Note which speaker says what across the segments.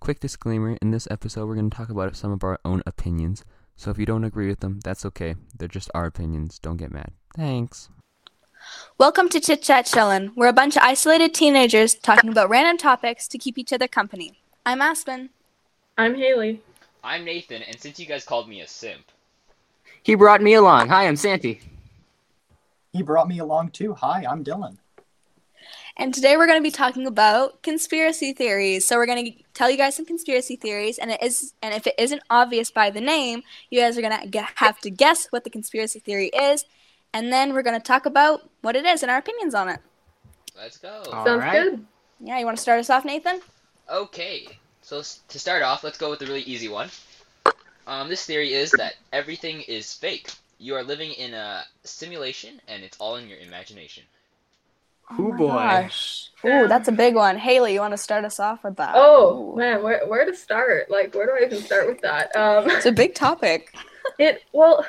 Speaker 1: Quick disclaimer in this episode, we're going to talk about some of our own opinions. So if you don't agree with them, that's okay. They're just our opinions. Don't get mad. Thanks.
Speaker 2: Welcome to Chit Chat Chillin'. We're a bunch of isolated teenagers talking about random topics to keep each other company. I'm Aspen.
Speaker 3: I'm Haley.
Speaker 4: I'm Nathan, and since you guys called me a simp,
Speaker 5: He brought me along. Hi, I'm Santi.
Speaker 6: He brought me along too. Hi, I'm Dylan.
Speaker 2: And today we're going to be talking about conspiracy theories. So we're going to tell you guys some conspiracy theories and it is and if it isn't obvious by the name, you guys are going to have to guess what the conspiracy theory is and then we're going to talk about what it is and our opinions on it.
Speaker 4: let's go.
Speaker 5: All
Speaker 3: Sounds
Speaker 5: right.
Speaker 3: good.
Speaker 2: Yeah, you want to start us off, Nathan?
Speaker 4: Okay, so s- to start off, let's go with a really easy one. Um, this theory is that everything is fake. You are living in a simulation, and it's all in your imagination.
Speaker 5: Ooh,
Speaker 2: Oh my
Speaker 5: boy.
Speaker 2: Gosh. Ooh, that's a big one. Haley, you want to start us off with that?
Speaker 3: Oh
Speaker 2: Ooh.
Speaker 3: man, where where to start? Like, where do I even start with that? Um,
Speaker 2: It's a big topic.
Speaker 3: it well,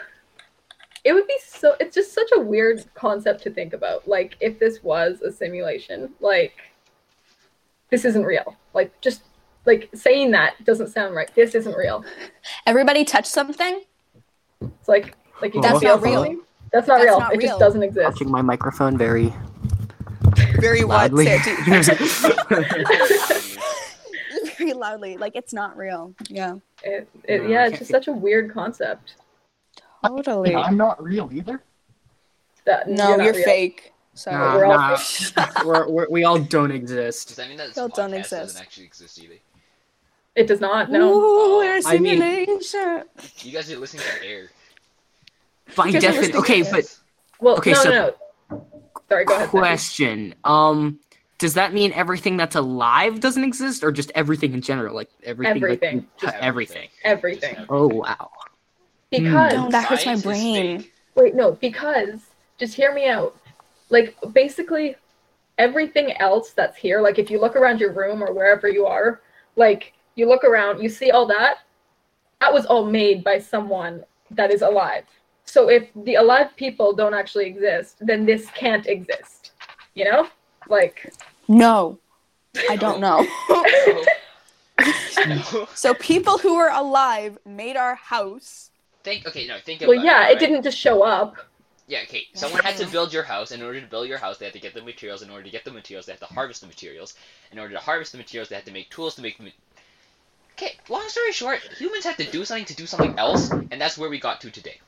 Speaker 3: it would be so. It's just such a weird concept to think about. Like, if this was a simulation, like, this isn't real. Like, just like saying that doesn't sound right. This isn't real.
Speaker 2: Everybody touch something?
Speaker 3: It's like like
Speaker 2: Oh,
Speaker 3: you
Speaker 5: That's
Speaker 3: can feel
Speaker 5: not real.
Speaker 3: something. That's not
Speaker 2: That's
Speaker 3: real.
Speaker 2: not
Speaker 3: it
Speaker 2: real.
Speaker 3: just doesn't exist.
Speaker 5: Touching my microphone very
Speaker 2: Very wide,
Speaker 5: loudly.
Speaker 2: very loudly. Like it's not real. Yeah.
Speaker 3: It, it,
Speaker 5: No,
Speaker 3: yeah,
Speaker 5: I
Speaker 3: it's
Speaker 5: can't
Speaker 3: just
Speaker 5: think-
Speaker 3: such a weird concept.
Speaker 2: Totally.
Speaker 6: I'm not real either.
Speaker 3: That
Speaker 2: No,
Speaker 3: not
Speaker 2: you're
Speaker 3: real.
Speaker 2: fake. So
Speaker 5: Nah,
Speaker 3: we're all
Speaker 5: nah. We're, we're, we all don't
Speaker 4: Does
Speaker 5: exist.
Speaker 4: that mean that this
Speaker 2: Still
Speaker 4: podcast
Speaker 2: don't exist.
Speaker 4: doesn't actually exist either?
Speaker 3: It does not. No.
Speaker 2: a
Speaker 5: I mean-
Speaker 2: simulation.
Speaker 4: You guys are listening to air.
Speaker 5: By
Speaker 3: Just
Speaker 5: definition.
Speaker 3: listening
Speaker 5: Okay,
Speaker 3: to
Speaker 5: but
Speaker 3: Well,
Speaker 5: Okay,
Speaker 3: no,
Speaker 5: so-
Speaker 3: no, no. Sorry, go ahead. Sandy.
Speaker 5: question. Um, does that mean everything that's alive doesn't exist, or just everything in general, like everything? that-
Speaker 3: Everything.
Speaker 5: uh, everything.
Speaker 3: Everything.
Speaker 4: Just
Speaker 5: Oh wow.
Speaker 3: Because
Speaker 2: No, that hurts my
Speaker 4: Science is
Speaker 2: brain.
Speaker 4: fake.
Speaker 3: wait, no, because just hear me out. Like basically everything else that's here, like if you look around your room or wherever you are, like you look around, you see all that, that was all made by someone that is alive. So if the alive people don't actually exist, then this can't exist. You know? Like
Speaker 2: No. I don't know.
Speaker 3: Oh.
Speaker 4: No.
Speaker 2: so people who were alive made our house.
Speaker 4: Think. Okay, no. Think
Speaker 3: well
Speaker 4: about it
Speaker 3: yeah, it
Speaker 4: right?
Speaker 3: didn't just show up.
Speaker 4: Yeah, okay. Someone had to build your house. In order to build your house, they had to get the materials. In order to get the materials, they had to harvest the materials. In order to harvest the materials, they had to make tools to make the. Ma- okay, long story short, humans had to do something to do something else, and that's where we got to today.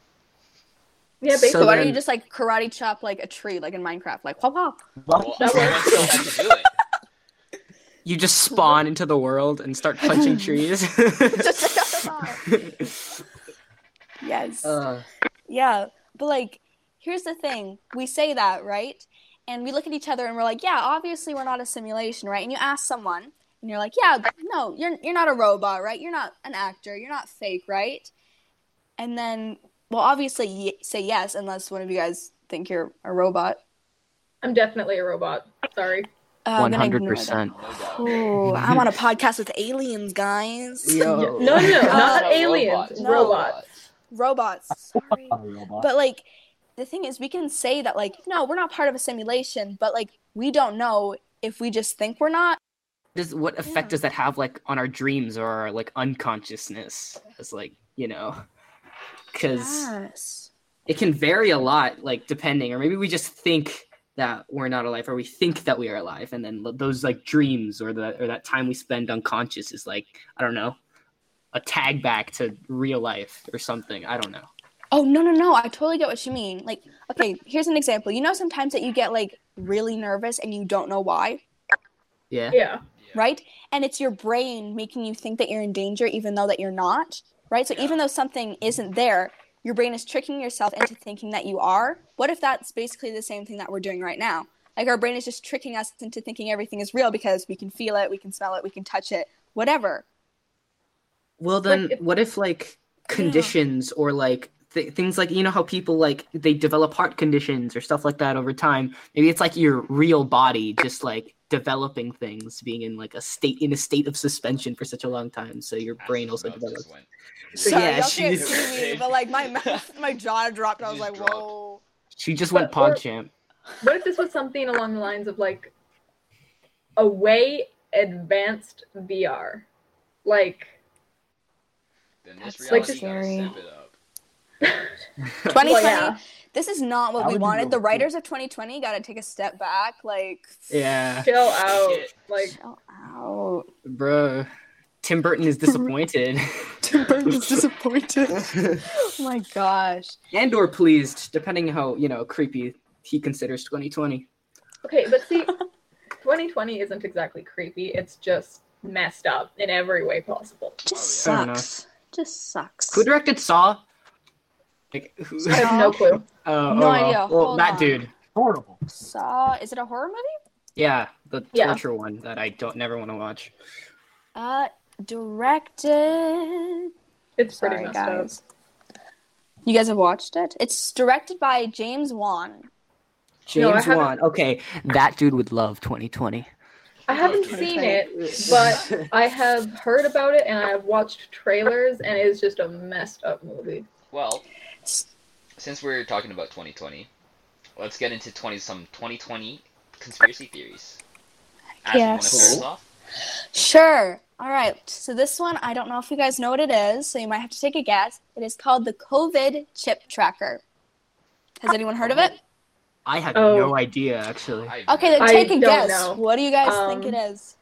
Speaker 3: Yeah,
Speaker 5: So
Speaker 3: basically.
Speaker 2: So why don't
Speaker 5: then-
Speaker 2: you just like karate chop like a tree like in Minecraft? Like wah wah.
Speaker 4: Well,
Speaker 3: That
Speaker 4: someone
Speaker 3: works.
Speaker 4: still had to do it.
Speaker 5: You just spawn into the world and start punching trees.
Speaker 2: Just Yes.
Speaker 5: uh,
Speaker 2: Yeah, but like, here's the thing. We say that, right? And we look at each other and we're like, yeah, obviously we're not a simulation, right? And you ask someone and you're like, yeah, no, you're you're not a robot, right? You're not an actor, you're not fake, right? And then, well, obviously y- say yes unless one of you guys think you're a robot.
Speaker 3: I'm definitely a robot. Sorry.
Speaker 2: Uh, I'm
Speaker 5: One
Speaker 2: gonna ignore
Speaker 5: hundred
Speaker 2: that.
Speaker 5: percent.
Speaker 4: No doubt.
Speaker 2: Oh, I'm on a podcast with aliens, guys.
Speaker 5: Yo.
Speaker 3: No, no, no, not
Speaker 2: Uh,
Speaker 3: aliens.
Speaker 2: No.
Speaker 3: Robots.
Speaker 2: Robots. Sorry.
Speaker 6: Not a robot.
Speaker 2: But like the thing is we can say that like no, we're not part of a simulation, but like we don't know if we just think we're not.
Speaker 5: Does what effect
Speaker 2: Yeah.
Speaker 5: does that have, like, on our dreams or our, like unconsciousness? As like you know, because.
Speaker 2: Yes.
Speaker 5: it can vary a lot like depending or maybe we just think that we're not alive or we think that we are alive and then l- those like dreams or the or that time we spend unconscious is like i don't know a tag back to real life or something i don't know
Speaker 2: Oh no no no, I totally get what you mean. Like okay, here's an example. You know sometimes that you get like really nervous and you don't know why,
Speaker 5: yeah
Speaker 3: Yeah.
Speaker 2: right? And it's your brain making you think that you're in danger even though that you're not, right? So even though something isn't there, your brain is tricking yourself into thinking that you are. What if that's basically the same thing that we're doing right now? Like our brain is just tricking us into thinking everything is real because we can feel it, we can smell it, we can touch it, whatever.
Speaker 3: Like,
Speaker 5: well then
Speaker 3: if-
Speaker 5: what if like conditions or like th- things like you know how people like they develop heart conditions or stuff like that over time maybe it's like your real body just like developing things being in like a state in a state of suspension for such a long time so your brain
Speaker 4: Astronaut
Speaker 5: also
Speaker 4: just
Speaker 5: develops
Speaker 4: went.
Speaker 2: Sorry,
Speaker 5: yeah,
Speaker 2: y'all can't
Speaker 5: she's-
Speaker 2: see me, but like my mouth, my jaw dropped. I was
Speaker 4: She's
Speaker 2: like,
Speaker 4: dropped.
Speaker 2: whoa.
Speaker 5: She just went
Speaker 3: But- or-
Speaker 5: PogChamp.
Speaker 3: What if this was something along the lines of like a way advanced VR? Like,
Speaker 4: Then
Speaker 2: That's
Speaker 4: this
Speaker 2: so
Speaker 4: reality
Speaker 2: scary.
Speaker 4: gotta step it up.
Speaker 2: 2020.
Speaker 3: Well, yeah.
Speaker 2: This is not what
Speaker 6: How
Speaker 2: we
Speaker 6: would you
Speaker 2: wanted.
Speaker 6: know?
Speaker 2: The writers of 2020 got to take a step back. Like,
Speaker 5: Yeah,
Speaker 3: chill out. Like,
Speaker 2: chill out.
Speaker 5: bro. Tim Burton is disappointed.
Speaker 2: Tim Burton's disappointed. oh my gosh.
Speaker 5: and or pleased, depending how you know creepy he considers 2020.
Speaker 3: okay, but see, 2020 isn't exactly creepy. It's just messed up in every way possible.
Speaker 2: Just
Speaker 5: Oh, yeah. Fair enough.
Speaker 2: sucks. Just sucks.
Speaker 5: Who directed Saw? Like who?
Speaker 3: I have no clue.
Speaker 5: Oh,
Speaker 2: No
Speaker 5: oh,
Speaker 2: idea.
Speaker 5: Well, Well,
Speaker 2: Hold
Speaker 5: that
Speaker 2: on.
Speaker 5: dude.
Speaker 6: Horrible.
Speaker 2: Saw. Is it a horror movie?
Speaker 5: Yeah, the
Speaker 3: Yeah.
Speaker 5: torture one that I don't never want to watch.
Speaker 2: Uh, directed.
Speaker 3: It's pretty
Speaker 2: Sorry,
Speaker 3: messed up.
Speaker 2: guys. You guys have watched it? It's directed by James Wan.
Speaker 3: No, I
Speaker 5: James
Speaker 3: haven't-
Speaker 5: Wan. Okay, that dude would love 2020.
Speaker 3: I haven't seen it, but I have heard about it and I have watched trailers, and it's just a messed up movie.
Speaker 4: Well,
Speaker 2: S-
Speaker 4: since we're talking about 2020, let's get into 20 some 2020 conspiracy theories. Ash, you wanna
Speaker 2: Yes.
Speaker 4: start us off?
Speaker 2: Sure. All right. So this one, I don't know if you guys know what it is, so you might have to take a guess. It is called the COVID chip tracker. Has anyone heard of it?
Speaker 5: I had
Speaker 3: Oh.
Speaker 5: no idea actually.
Speaker 4: I-
Speaker 2: Okay, then
Speaker 3: I
Speaker 2: take a
Speaker 3: don't
Speaker 2: guess.
Speaker 3: know.
Speaker 2: What do you guys think
Speaker 3: Um,
Speaker 2: it is?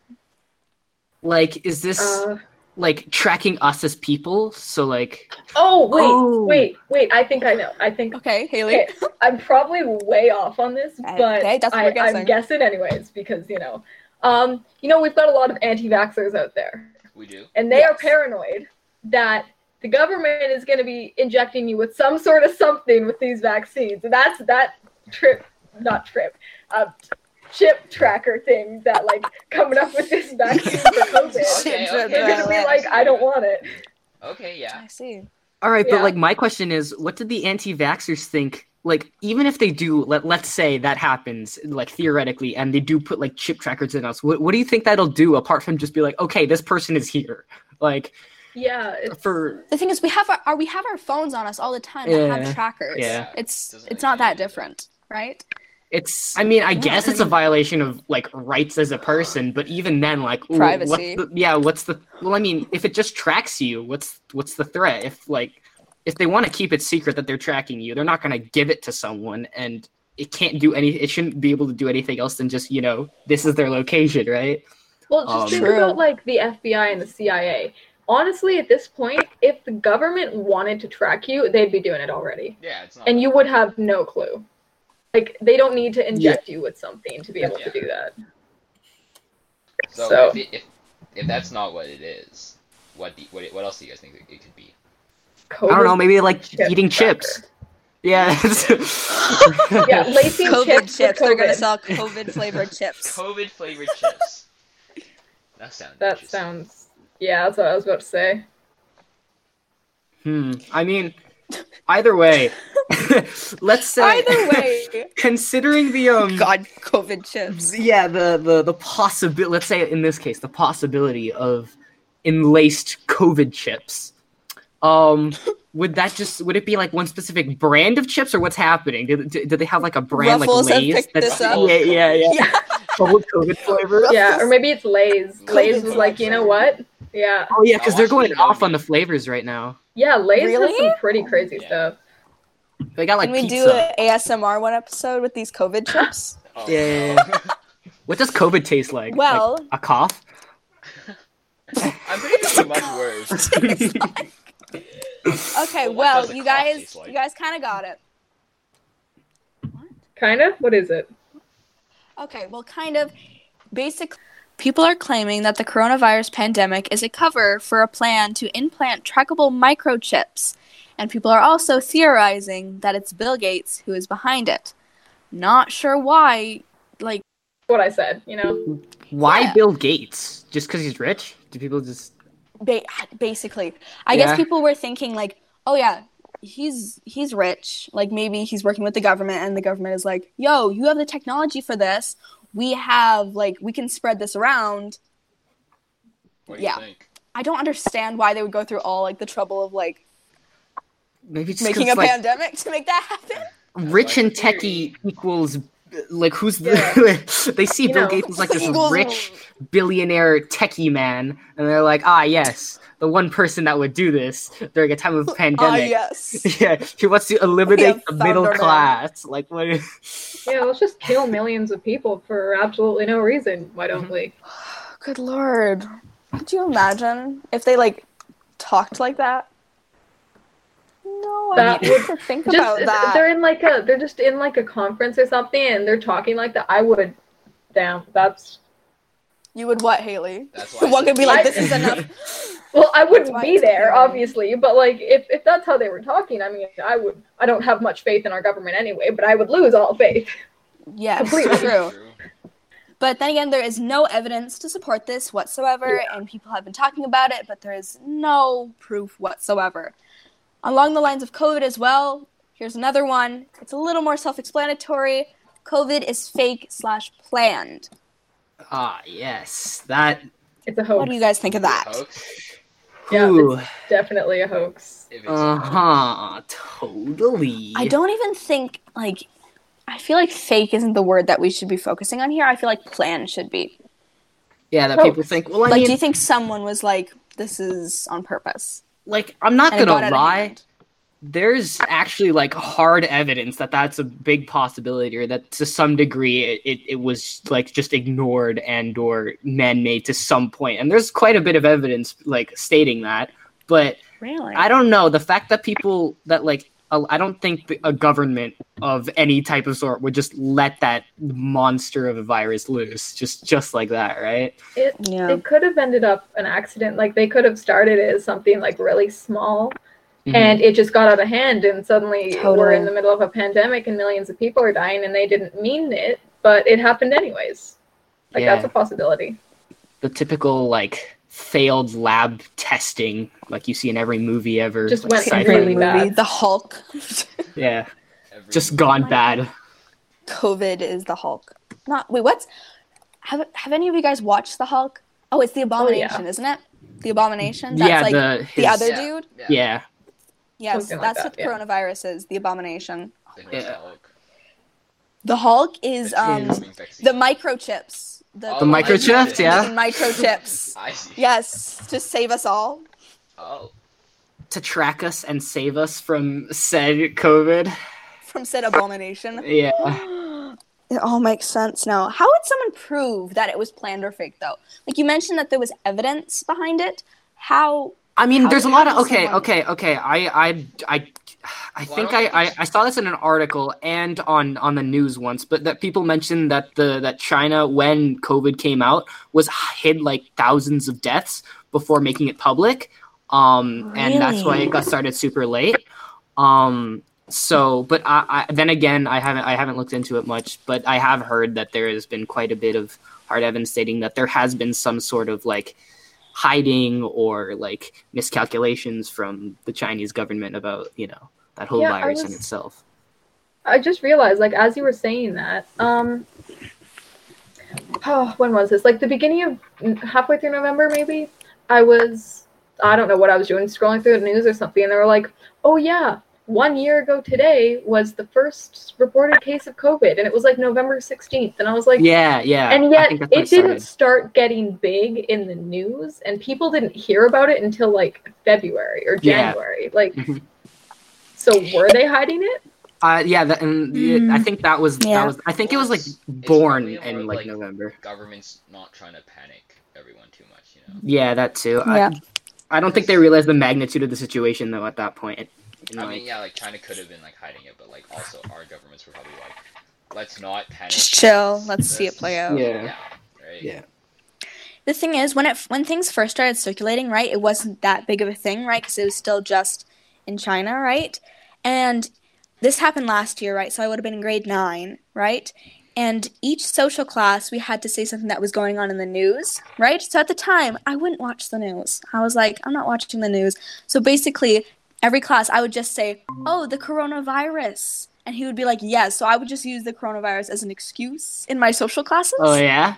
Speaker 5: Like, is this
Speaker 3: Uh,
Speaker 5: like tracking us as people? So like,
Speaker 3: oh wait,
Speaker 5: Oh.
Speaker 3: wait, wait! I think I know. I think
Speaker 2: Okay, Haley.
Speaker 3: okay, I'm probably way off on this,
Speaker 2: Uh,
Speaker 3: but
Speaker 2: okay, that's what
Speaker 3: I,
Speaker 2: we're guessing.
Speaker 3: I'm guessing anyways because you know, um, you know we've got a lot of anti-vaxxers out there,
Speaker 4: We do.
Speaker 3: and they are
Speaker 2: Yes.
Speaker 3: paranoid that the government is going to be injecting you with some sort of something with these vaccines. And that's that trip, not trip, uh, chip tracker thing that like coming up with this vaccine for COVID.
Speaker 2: Chip
Speaker 4: Okay,
Speaker 2: tracker.
Speaker 4: okay.
Speaker 3: They're going to be like, I don't want it.
Speaker 4: Okay, yeah.
Speaker 2: I see.
Speaker 5: all right,
Speaker 3: Yeah.
Speaker 5: but like my question is, what did the anti-vaxxers think? Like, even if they do, let let's say that happens, like theoretically, and they do put like chip trackers in us. What what do you think that'll do apart from just be like, okay, this person is here? Like
Speaker 3: Yeah, it's,
Speaker 5: for
Speaker 2: The thing is, we have our, our we have our phones on us all the time that
Speaker 5: Yeah,
Speaker 2: have trackers.
Speaker 5: yeah.
Speaker 2: It's
Speaker 4: Doesn't
Speaker 2: it's
Speaker 4: make
Speaker 2: not
Speaker 4: sense.
Speaker 2: that different, right?
Speaker 5: It's. I mean, I
Speaker 2: Yeah,
Speaker 5: guess
Speaker 2: I
Speaker 5: it's a
Speaker 2: mean-
Speaker 5: violation of like rights as a person, but even then, like ooh,
Speaker 2: Privacy.
Speaker 5: What's the, yeah, what's the? Well, I mean, if it just tracks you, what's what's the threat? If like, if they want to keep it secret that they're tracking you, they're not gonna give it to someone, and it can't do any. It shouldn't be able to do anything else than just you know, this is their location, right?
Speaker 3: well, just
Speaker 5: Um,
Speaker 3: think
Speaker 2: True.
Speaker 3: about like the FBI and the CIA. Honestly, at this point, if the government wanted to track you, they'd be doing it already.
Speaker 4: Yeah, it's not.
Speaker 3: and you would have no clue. Like they don't need to inject you with something to be able to
Speaker 4: Yeah.
Speaker 3: do that.
Speaker 4: so
Speaker 3: so-
Speaker 4: If, it- if if that's not what it is, what do, what what else do you guys think it, it could be?
Speaker 5: I don't know. Maybe like
Speaker 3: chip
Speaker 5: eating chips. Yeah.
Speaker 3: yeah, lacing chips. With COVID.
Speaker 2: They're gonna sell COVID flavored chips.
Speaker 4: COVID flavored chips. That sounds.
Speaker 3: That
Speaker 4: interesting.
Speaker 3: sounds. Yeah, that's what I was about to say.
Speaker 5: Hmm. I mean, either way, let's say.
Speaker 2: Either way,
Speaker 5: Considering the um
Speaker 2: God, COVID chips.
Speaker 5: yeah the the the possibility let's say in this case the possibility of enlaced covid chips um would that just would it be like one specific brand of chips or what's happening do, do, do they have like a brand
Speaker 2: Ruffles
Speaker 5: like
Speaker 2: have
Speaker 5: Lay's
Speaker 2: picked this up.
Speaker 5: yeah yeah yeah
Speaker 2: Yeah.
Speaker 5: Full covid flavor
Speaker 3: Yeah, or maybe it's Lay's.
Speaker 4: COVID
Speaker 3: Lays was like, you know what? Yeah,
Speaker 5: oh yeah because
Speaker 4: I
Speaker 5: they're
Speaker 4: watched
Speaker 5: going
Speaker 4: the
Speaker 5: off on
Speaker 4: movie.
Speaker 5: the flavors right now
Speaker 3: yeah. Lay's
Speaker 2: Really?
Speaker 3: has some pretty crazy
Speaker 4: Yeah.
Speaker 3: stuff.
Speaker 5: they got like
Speaker 2: Can we
Speaker 5: pizza
Speaker 2: do an ASMR one episode with these COVID chips?
Speaker 4: Oh,
Speaker 5: Yeah, yeah,
Speaker 4: no.
Speaker 5: what does covid taste like
Speaker 2: Well-
Speaker 5: Like, a cough
Speaker 4: I'm pretty sure it's much worse.
Speaker 2: Okay,
Speaker 4: Well, what
Speaker 2: well,
Speaker 4: does a
Speaker 2: you
Speaker 4: cough
Speaker 2: guys,
Speaker 4: taste like?
Speaker 2: you guys kind of got it.
Speaker 3: Kind of. What is it?
Speaker 2: Okay, well, kind of. Basically, people are claiming that the coronavirus pandemic is a cover for a plan to implant trackable microchips, and people are also theorizing that it's Bill Gates who is behind it. Not sure why. Like,
Speaker 3: What I said. You know.
Speaker 5: why
Speaker 2: Yeah.
Speaker 5: bill gates just because he's rich do people just
Speaker 2: ba- basically, I
Speaker 5: Yeah.
Speaker 2: guess people were thinking like, oh yeah, he's he's rich. Like maybe he's working with the government, and the government is like, yo, you have the technology for this. We have like we can spread this around.
Speaker 4: What do you
Speaker 2: Yeah.
Speaker 4: think?
Speaker 2: I don't understand why they would go through all like the trouble of like
Speaker 5: maybe just 'cause
Speaker 2: making a
Speaker 5: it's, like,
Speaker 2: pandemic to make that happen.
Speaker 5: rich
Speaker 4: like
Speaker 5: and
Speaker 4: theory.
Speaker 5: techie equals like who's the they see
Speaker 3: You
Speaker 5: Bill
Speaker 3: know.
Speaker 5: Gates as like this rich billionaire techie man, and they're like, ah, yes, the one person that would do this during a time of
Speaker 2: Ah,
Speaker 5: pandemic.
Speaker 2: yes.
Speaker 5: yeah, he wants to eliminate
Speaker 2: have
Speaker 5: the
Speaker 2: found
Speaker 5: middle
Speaker 2: our man.
Speaker 5: class. Like, what?
Speaker 3: Yeah, let's just kill millions of people for absolutely no reason. Why don't we?
Speaker 2: Good lord. Could you imagine if they like talked like that? No, I
Speaker 3: That
Speaker 2: didn't even think
Speaker 3: Just
Speaker 2: about that.
Speaker 3: they're in like a they're just in like a conference or something, and they're talking like that. I would, damn, that's
Speaker 2: You would what, Haley?
Speaker 4: That's why.
Speaker 2: One could be like,
Speaker 3: I-
Speaker 2: this is enough.
Speaker 3: well, I wouldn't
Speaker 2: That's why
Speaker 3: be
Speaker 2: it's
Speaker 3: there
Speaker 2: opinion.
Speaker 3: obviously, but like if if that's how they were talking, I mean, I would. I don't have much faith in our government anyway, but I would lose all faith.
Speaker 2: Yes,
Speaker 3: Completely.
Speaker 2: true. But then again, there is no evidence to support this whatsoever, and people have been talking about it, but there is no proof whatsoever. Along the lines of COVID as well, here's another one. It's a little more self explanatory. COVID is fake slash planned.
Speaker 5: ah, yes, that.
Speaker 3: It's a
Speaker 2: What
Speaker 3: hoax.
Speaker 2: do you guys think of that?
Speaker 4: Hoax.
Speaker 3: Yeah,
Speaker 5: Ooh,
Speaker 3: Definitely a hoax.
Speaker 4: If it's
Speaker 5: uh huh, totally.
Speaker 2: I don't even think, like, I feel like fake isn't the word that we should be focusing on here. I feel like plan should be.
Speaker 5: Yeah, that
Speaker 3: Oh.
Speaker 5: people think. Well, I
Speaker 2: Like,
Speaker 5: mean,
Speaker 2: do you think someone was like, this is on purpose?
Speaker 5: like I'm not
Speaker 2: And it got
Speaker 5: gonna
Speaker 2: out of
Speaker 5: lie.
Speaker 2: hand.
Speaker 5: There's actually like hard evidence that that's a big possibility, or that to some degree it, it, it was like just ignored and or man-made to some point. And there's quite a bit of evidence like stating that. But
Speaker 2: Really?
Speaker 5: I don't know the fact that people that like a- I don't think the- a government of any type of sort would just let that monster of a virus loose just just like that, right?
Speaker 3: It
Speaker 2: Yeah.
Speaker 3: it could have ended up an accident. Like they could have started it as something like really small,
Speaker 5: Mm-hmm.
Speaker 2: Mm-hmm.
Speaker 3: and it just got out of hand, and suddenly we're
Speaker 2: Totally.
Speaker 3: in the middle of a pandemic, and millions of people are dying, and they didn't mean it, but it happened anyways. Like
Speaker 5: Yeah.
Speaker 3: that's a possibility.
Speaker 5: the typical like failed lab testing like you see in every movie ever
Speaker 3: Just
Speaker 5: like,
Speaker 3: went
Speaker 5: sci-fi.
Speaker 3: really bad.
Speaker 2: The Hulk.
Speaker 5: yeah
Speaker 4: every-
Speaker 5: just gone bad
Speaker 2: COVID is the Hulk. Not wait, what's have have any of you guys watched the Hulk? Oh, it's the Abomination, isn't it? The Abomination. That's
Speaker 5: yeah
Speaker 2: like the,
Speaker 5: the, his-
Speaker 2: other
Speaker 4: Yeah.
Speaker 2: dude.
Speaker 5: yeah
Speaker 2: Yes,
Speaker 3: Something like
Speaker 2: that's
Speaker 3: that,
Speaker 2: what the
Speaker 3: yeah.
Speaker 2: coronavirus is. The Abomination.
Speaker 4: The next
Speaker 5: Yeah.
Speaker 4: Hulk.
Speaker 2: The Hulk is um
Speaker 5: Is-
Speaker 4: Coming vaccine.
Speaker 2: the microchips. The,
Speaker 4: Oh,
Speaker 5: the
Speaker 4: my
Speaker 5: microchip
Speaker 4: goodness.
Speaker 5: yeah
Speaker 2: the microchips.
Speaker 4: I see.
Speaker 2: Yes, to save us all.
Speaker 4: Oh.
Speaker 5: to track us and save us from said covid
Speaker 2: From said abomination.
Speaker 5: yeah
Speaker 2: It all makes sense now. How would someone prove that it was planned or fake though? Like you mentioned that there was evidence behind it. How
Speaker 5: i mean
Speaker 2: How-
Speaker 5: there's a
Speaker 2: how
Speaker 5: lot of
Speaker 2: does
Speaker 5: okay
Speaker 2: someone-
Speaker 5: okay okay i i i
Speaker 4: Well,
Speaker 5: I
Speaker 4: I
Speaker 5: think
Speaker 4: don't
Speaker 5: I,
Speaker 4: think
Speaker 5: I,
Speaker 4: it's-
Speaker 5: I saw this in an article and on, on the news once, but that people mentioned that the that China when COVID came out was hid like thousands of deaths before making it public, um, and that's why it got started super late. Um, so, but I, I then again I haven't I haven't looked into it much, but I have heard that there has been quite a bit of hard evidence stating that there has been some sort of like hiding or like miscalculations from the Chinese government about you know that whole
Speaker 3: Yeah, I
Speaker 5: virus in
Speaker 3: was-
Speaker 5: itself.
Speaker 3: I just realized, like, as you were saying that, um, oh, when was this? Like the beginning of halfway through November, maybe. I was, I don't know what I was doing, scrolling through the news or something, and they were like, "Oh yeah, one year ago today was the first reported case of COVID, and it was like November sixteenth, and I was like,
Speaker 5: yeah, yeah.
Speaker 3: and
Speaker 5: I
Speaker 3: yet
Speaker 5: think that's what
Speaker 3: it didn't
Speaker 5: started.
Speaker 3: start getting big in the news and people didn't hear about it until like february or
Speaker 5: Yeah.
Speaker 3: january like
Speaker 5: Mhm.
Speaker 3: so were they hiding it
Speaker 5: Uh, yeah, that, and the- I think that was that
Speaker 2: Mm. Yeah.
Speaker 5: was. I think it was like
Speaker 4: It's- it's
Speaker 5: born
Speaker 4: probably more
Speaker 5: in
Speaker 4: of,
Speaker 5: like,
Speaker 4: like-
Speaker 5: November.
Speaker 4: Government's not trying to panic everyone too much, you know.
Speaker 5: Yeah, that too.
Speaker 2: Yeah.
Speaker 5: I, I don't think they realized the magnitude of the situation though at that point. You know,
Speaker 4: I mean,
Speaker 5: like-
Speaker 4: yeah, like China could have been like hiding it, but like also our governments were probably like, let's not panic.
Speaker 2: just chill, let's see it play out.
Speaker 5: yeah.
Speaker 4: Yeah. Right.
Speaker 5: Yeah.
Speaker 2: the thing is when it when things first started circulating right it wasn't that big of a thing right because it was still just in china right and this happened last year right so i would have been in grade nine right and each social class we had to say something that was going on in the news right so at the time i wouldn't watch the news i was like i'm not watching the news so basically every class i would just say oh the coronavirus and he would be like yes so i would just use the coronavirus as an excuse in my social classes
Speaker 5: Oh yeah.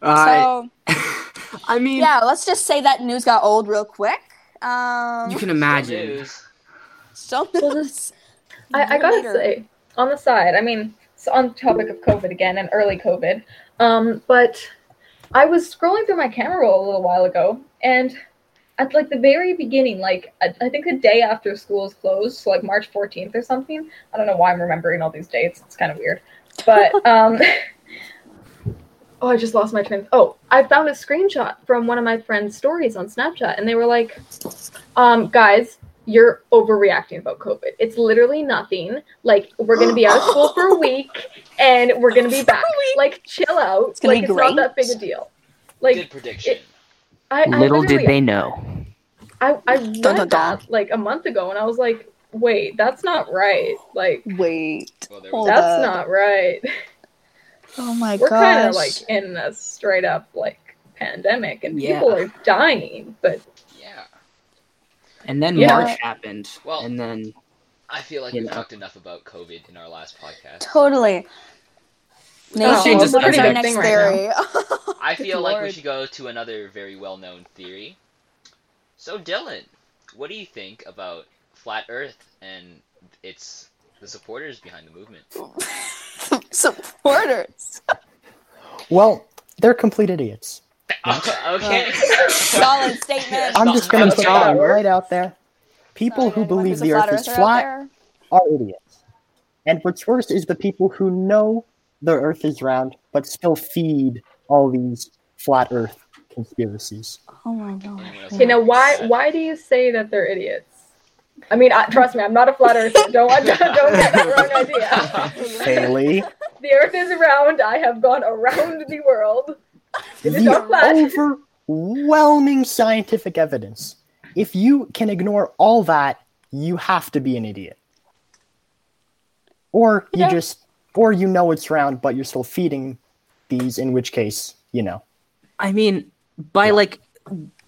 Speaker 5: Uh,
Speaker 2: so
Speaker 5: I mean,
Speaker 2: yeah, let's just say that news got old real quick. Um,
Speaker 5: you can
Speaker 4: Good
Speaker 5: imagine.
Speaker 4: news.
Speaker 2: so
Speaker 3: Well, I, I gotta say, on the side, I mean, it's on the topic of COVID again and early COVID. Um, but I was scrolling through my camera roll a little while ago, and at like the very beginning, like I, I think the day after schools closed, so like March 14th or something. I don't know why I'm remembering all these dates. It's kind of weird, but um, oh, I just lost my train. Oh, I found a screenshot from one of my friend's stories on Snapchat, and they were like, um, "Guys, you're overreacting about COVID. It's literally nothing. Like we're gonna be out of school for a week, and we're gonna be back. Like chill out.
Speaker 2: It's gonna
Speaker 3: like
Speaker 2: be
Speaker 3: it's not that big a deal. Like
Speaker 4: Good prediction.
Speaker 3: it- I, I
Speaker 5: Little did
Speaker 3: literally-
Speaker 5: they know.
Speaker 3: I, I read
Speaker 2: Dun, dun, dun.
Speaker 3: that like a month ago, and I was like, "Wait, that's not right. Like,
Speaker 2: Wait.
Speaker 4: well, there
Speaker 2: Hold
Speaker 4: was
Speaker 3: that's
Speaker 2: up.
Speaker 3: not right.
Speaker 2: Oh my
Speaker 3: We're kind
Speaker 2: gosh.
Speaker 3: of like in a straight up like pandemic, and
Speaker 5: Yeah.
Speaker 3: people are dying. But
Speaker 4: yeah.
Speaker 5: And then
Speaker 3: Yeah.
Speaker 5: March happened.
Speaker 4: Well-
Speaker 5: and then
Speaker 4: I feel like
Speaker 5: You
Speaker 4: we
Speaker 5: know.
Speaker 4: talked enough about COVID in our last podcast.
Speaker 2: totally. Nation,
Speaker 5: should
Speaker 2: what's
Speaker 5: just
Speaker 2: our
Speaker 5: do that
Speaker 2: next
Speaker 3: thing right
Speaker 2: theory?
Speaker 4: I feel
Speaker 2: Good
Speaker 4: like we
Speaker 2: lord.
Speaker 4: should go to another very well-known theory. So Dylan, what do you think about flat Earth and its the supporters behind the movement?
Speaker 2: Supporters.
Speaker 7: Well, they're complete idiots.
Speaker 4: okay.
Speaker 2: Solid statement.
Speaker 7: I'm just going to
Speaker 4: That's
Speaker 7: put
Speaker 4: not
Speaker 7: that right out there. People
Speaker 2: Sorry,
Speaker 7: who
Speaker 2: anyone
Speaker 7: believe
Speaker 2: who's a
Speaker 7: the Earth
Speaker 2: flat
Speaker 7: is
Speaker 2: earther out
Speaker 7: flat
Speaker 2: there.
Speaker 7: are idiots. And what's worse is the people who know the Earth is round but still feed all these flat Earth conspiracies.
Speaker 2: Oh my god.
Speaker 4: Anyone else
Speaker 3: you know
Speaker 4: have
Speaker 3: why?
Speaker 4: any-
Speaker 3: Why do you say that they're idiots? I mean, I, trust me, I'm not a flat earther. Don't don't get the wrong idea.
Speaker 7: Haley,
Speaker 3: The Earth is round. I have gone around the world. It is not flat.
Speaker 7: the overwhelming scientific evidence. If you can ignore all that, you have to be an idiot. Or you
Speaker 2: Yeah.
Speaker 7: just, or you know it's round, but you're still feeding these, in which case, you know.
Speaker 5: I mean, by like,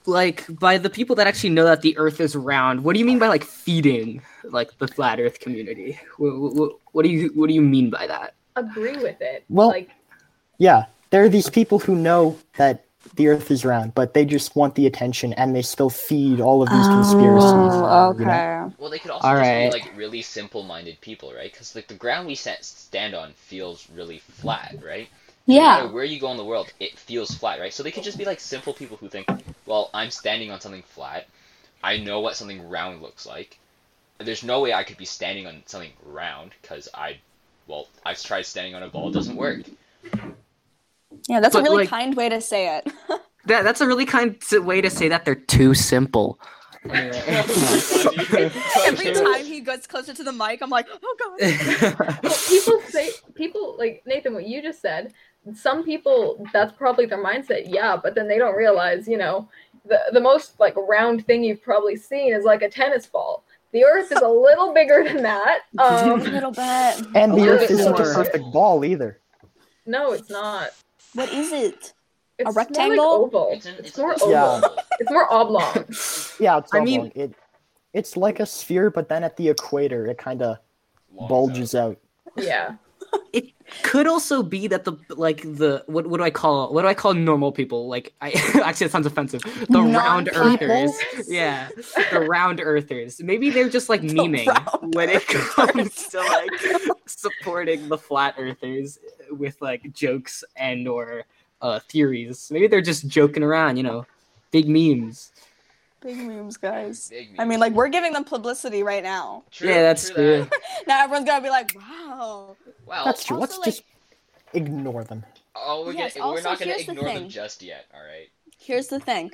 Speaker 5: like by the people that actually know that the Earth is round. What do you mean by like feeding like the flat Earth community? What, what do you what do you mean by that?
Speaker 3: Agree with it.
Speaker 7: Well-
Speaker 3: like
Speaker 7: Yeah, there are these people who know that the Earth is round, but they just want the attention, and they still feed all of these conspiracies.
Speaker 2: Oh,
Speaker 7: you know?
Speaker 2: okay.
Speaker 4: Well, they could also
Speaker 5: All
Speaker 4: just
Speaker 5: right.
Speaker 4: be like really simple-minded people, right? Because like the ground we set, stand on feels really flat, right? No
Speaker 2: Yeah.
Speaker 4: matter where you go in the world, it feels flat, right? So they could just be like simple people who think, well, I'm standing on something flat. I know what something round looks like. There's no way I could be standing on something round because I, well, I've tried standing on a ball, it doesn't work.
Speaker 2: Yeah, that's a
Speaker 5: But,
Speaker 2: really
Speaker 5: like-
Speaker 2: kind way to say it.
Speaker 5: That that's a really kind s- way to say that they're too simple. Anyway.
Speaker 2: Every time he gets closer to the mic, I'm like, oh god.
Speaker 3: Well, people say people like Nathan, what you just said. Some people, that's probably their mindset. Yeah, but then they don't realize, you know, the the most like round thing you've probably seen is like a tennis ball. The Earth is a little bigger than that.
Speaker 2: A
Speaker 3: Um,
Speaker 2: little bit.
Speaker 7: And
Speaker 4: A
Speaker 7: the
Speaker 4: little
Speaker 7: Earth
Speaker 4: bit
Speaker 7: isn't a
Speaker 4: more.
Speaker 7: perfect ball either.
Speaker 3: no, it's not.
Speaker 2: What is it?
Speaker 3: It's more like
Speaker 2: rectangle?
Speaker 3: oval.
Speaker 4: It's,
Speaker 3: It's,
Speaker 4: an, it's,
Speaker 3: more
Speaker 4: it's
Speaker 3: oval.
Speaker 7: Yeah.
Speaker 3: It's more oblong.
Speaker 7: Yeah, it's
Speaker 5: I
Speaker 7: all
Speaker 5: mean-
Speaker 7: wrong. it, it's like a sphere, but then at the equator, it kind of
Speaker 4: Long
Speaker 7: bulges out.
Speaker 3: Yeah.
Speaker 5: it could also be that the like the what what do I call what do I call normal people? Like I actually it sounds offensive. The round
Speaker 7: Non-people?
Speaker 5: earthers. Yeah. The round earthers. Maybe they're just like memeing
Speaker 2: round
Speaker 5: when it comes to like supporting the flat earthers with like jokes and or uh theories. Maybe they're just joking around, you know. Big memes.
Speaker 2: Big memes, guys.
Speaker 4: Big meat.
Speaker 2: I mean, like, we're giving them publicity right now.
Speaker 4: True,
Speaker 5: yeah, that's
Speaker 4: true. that.
Speaker 2: Now everyone's gonna be like, wow.
Speaker 4: Wow.
Speaker 7: That's true.
Speaker 2: also,
Speaker 7: Let's
Speaker 2: like-
Speaker 7: just ignore them.
Speaker 4: Oh, we're,
Speaker 2: Yes,
Speaker 4: gonna, we're
Speaker 2: also,
Speaker 4: not going to
Speaker 2: here's the
Speaker 4: ignore them
Speaker 2: thing.
Speaker 4: just yet, all right?
Speaker 2: Here's the thing.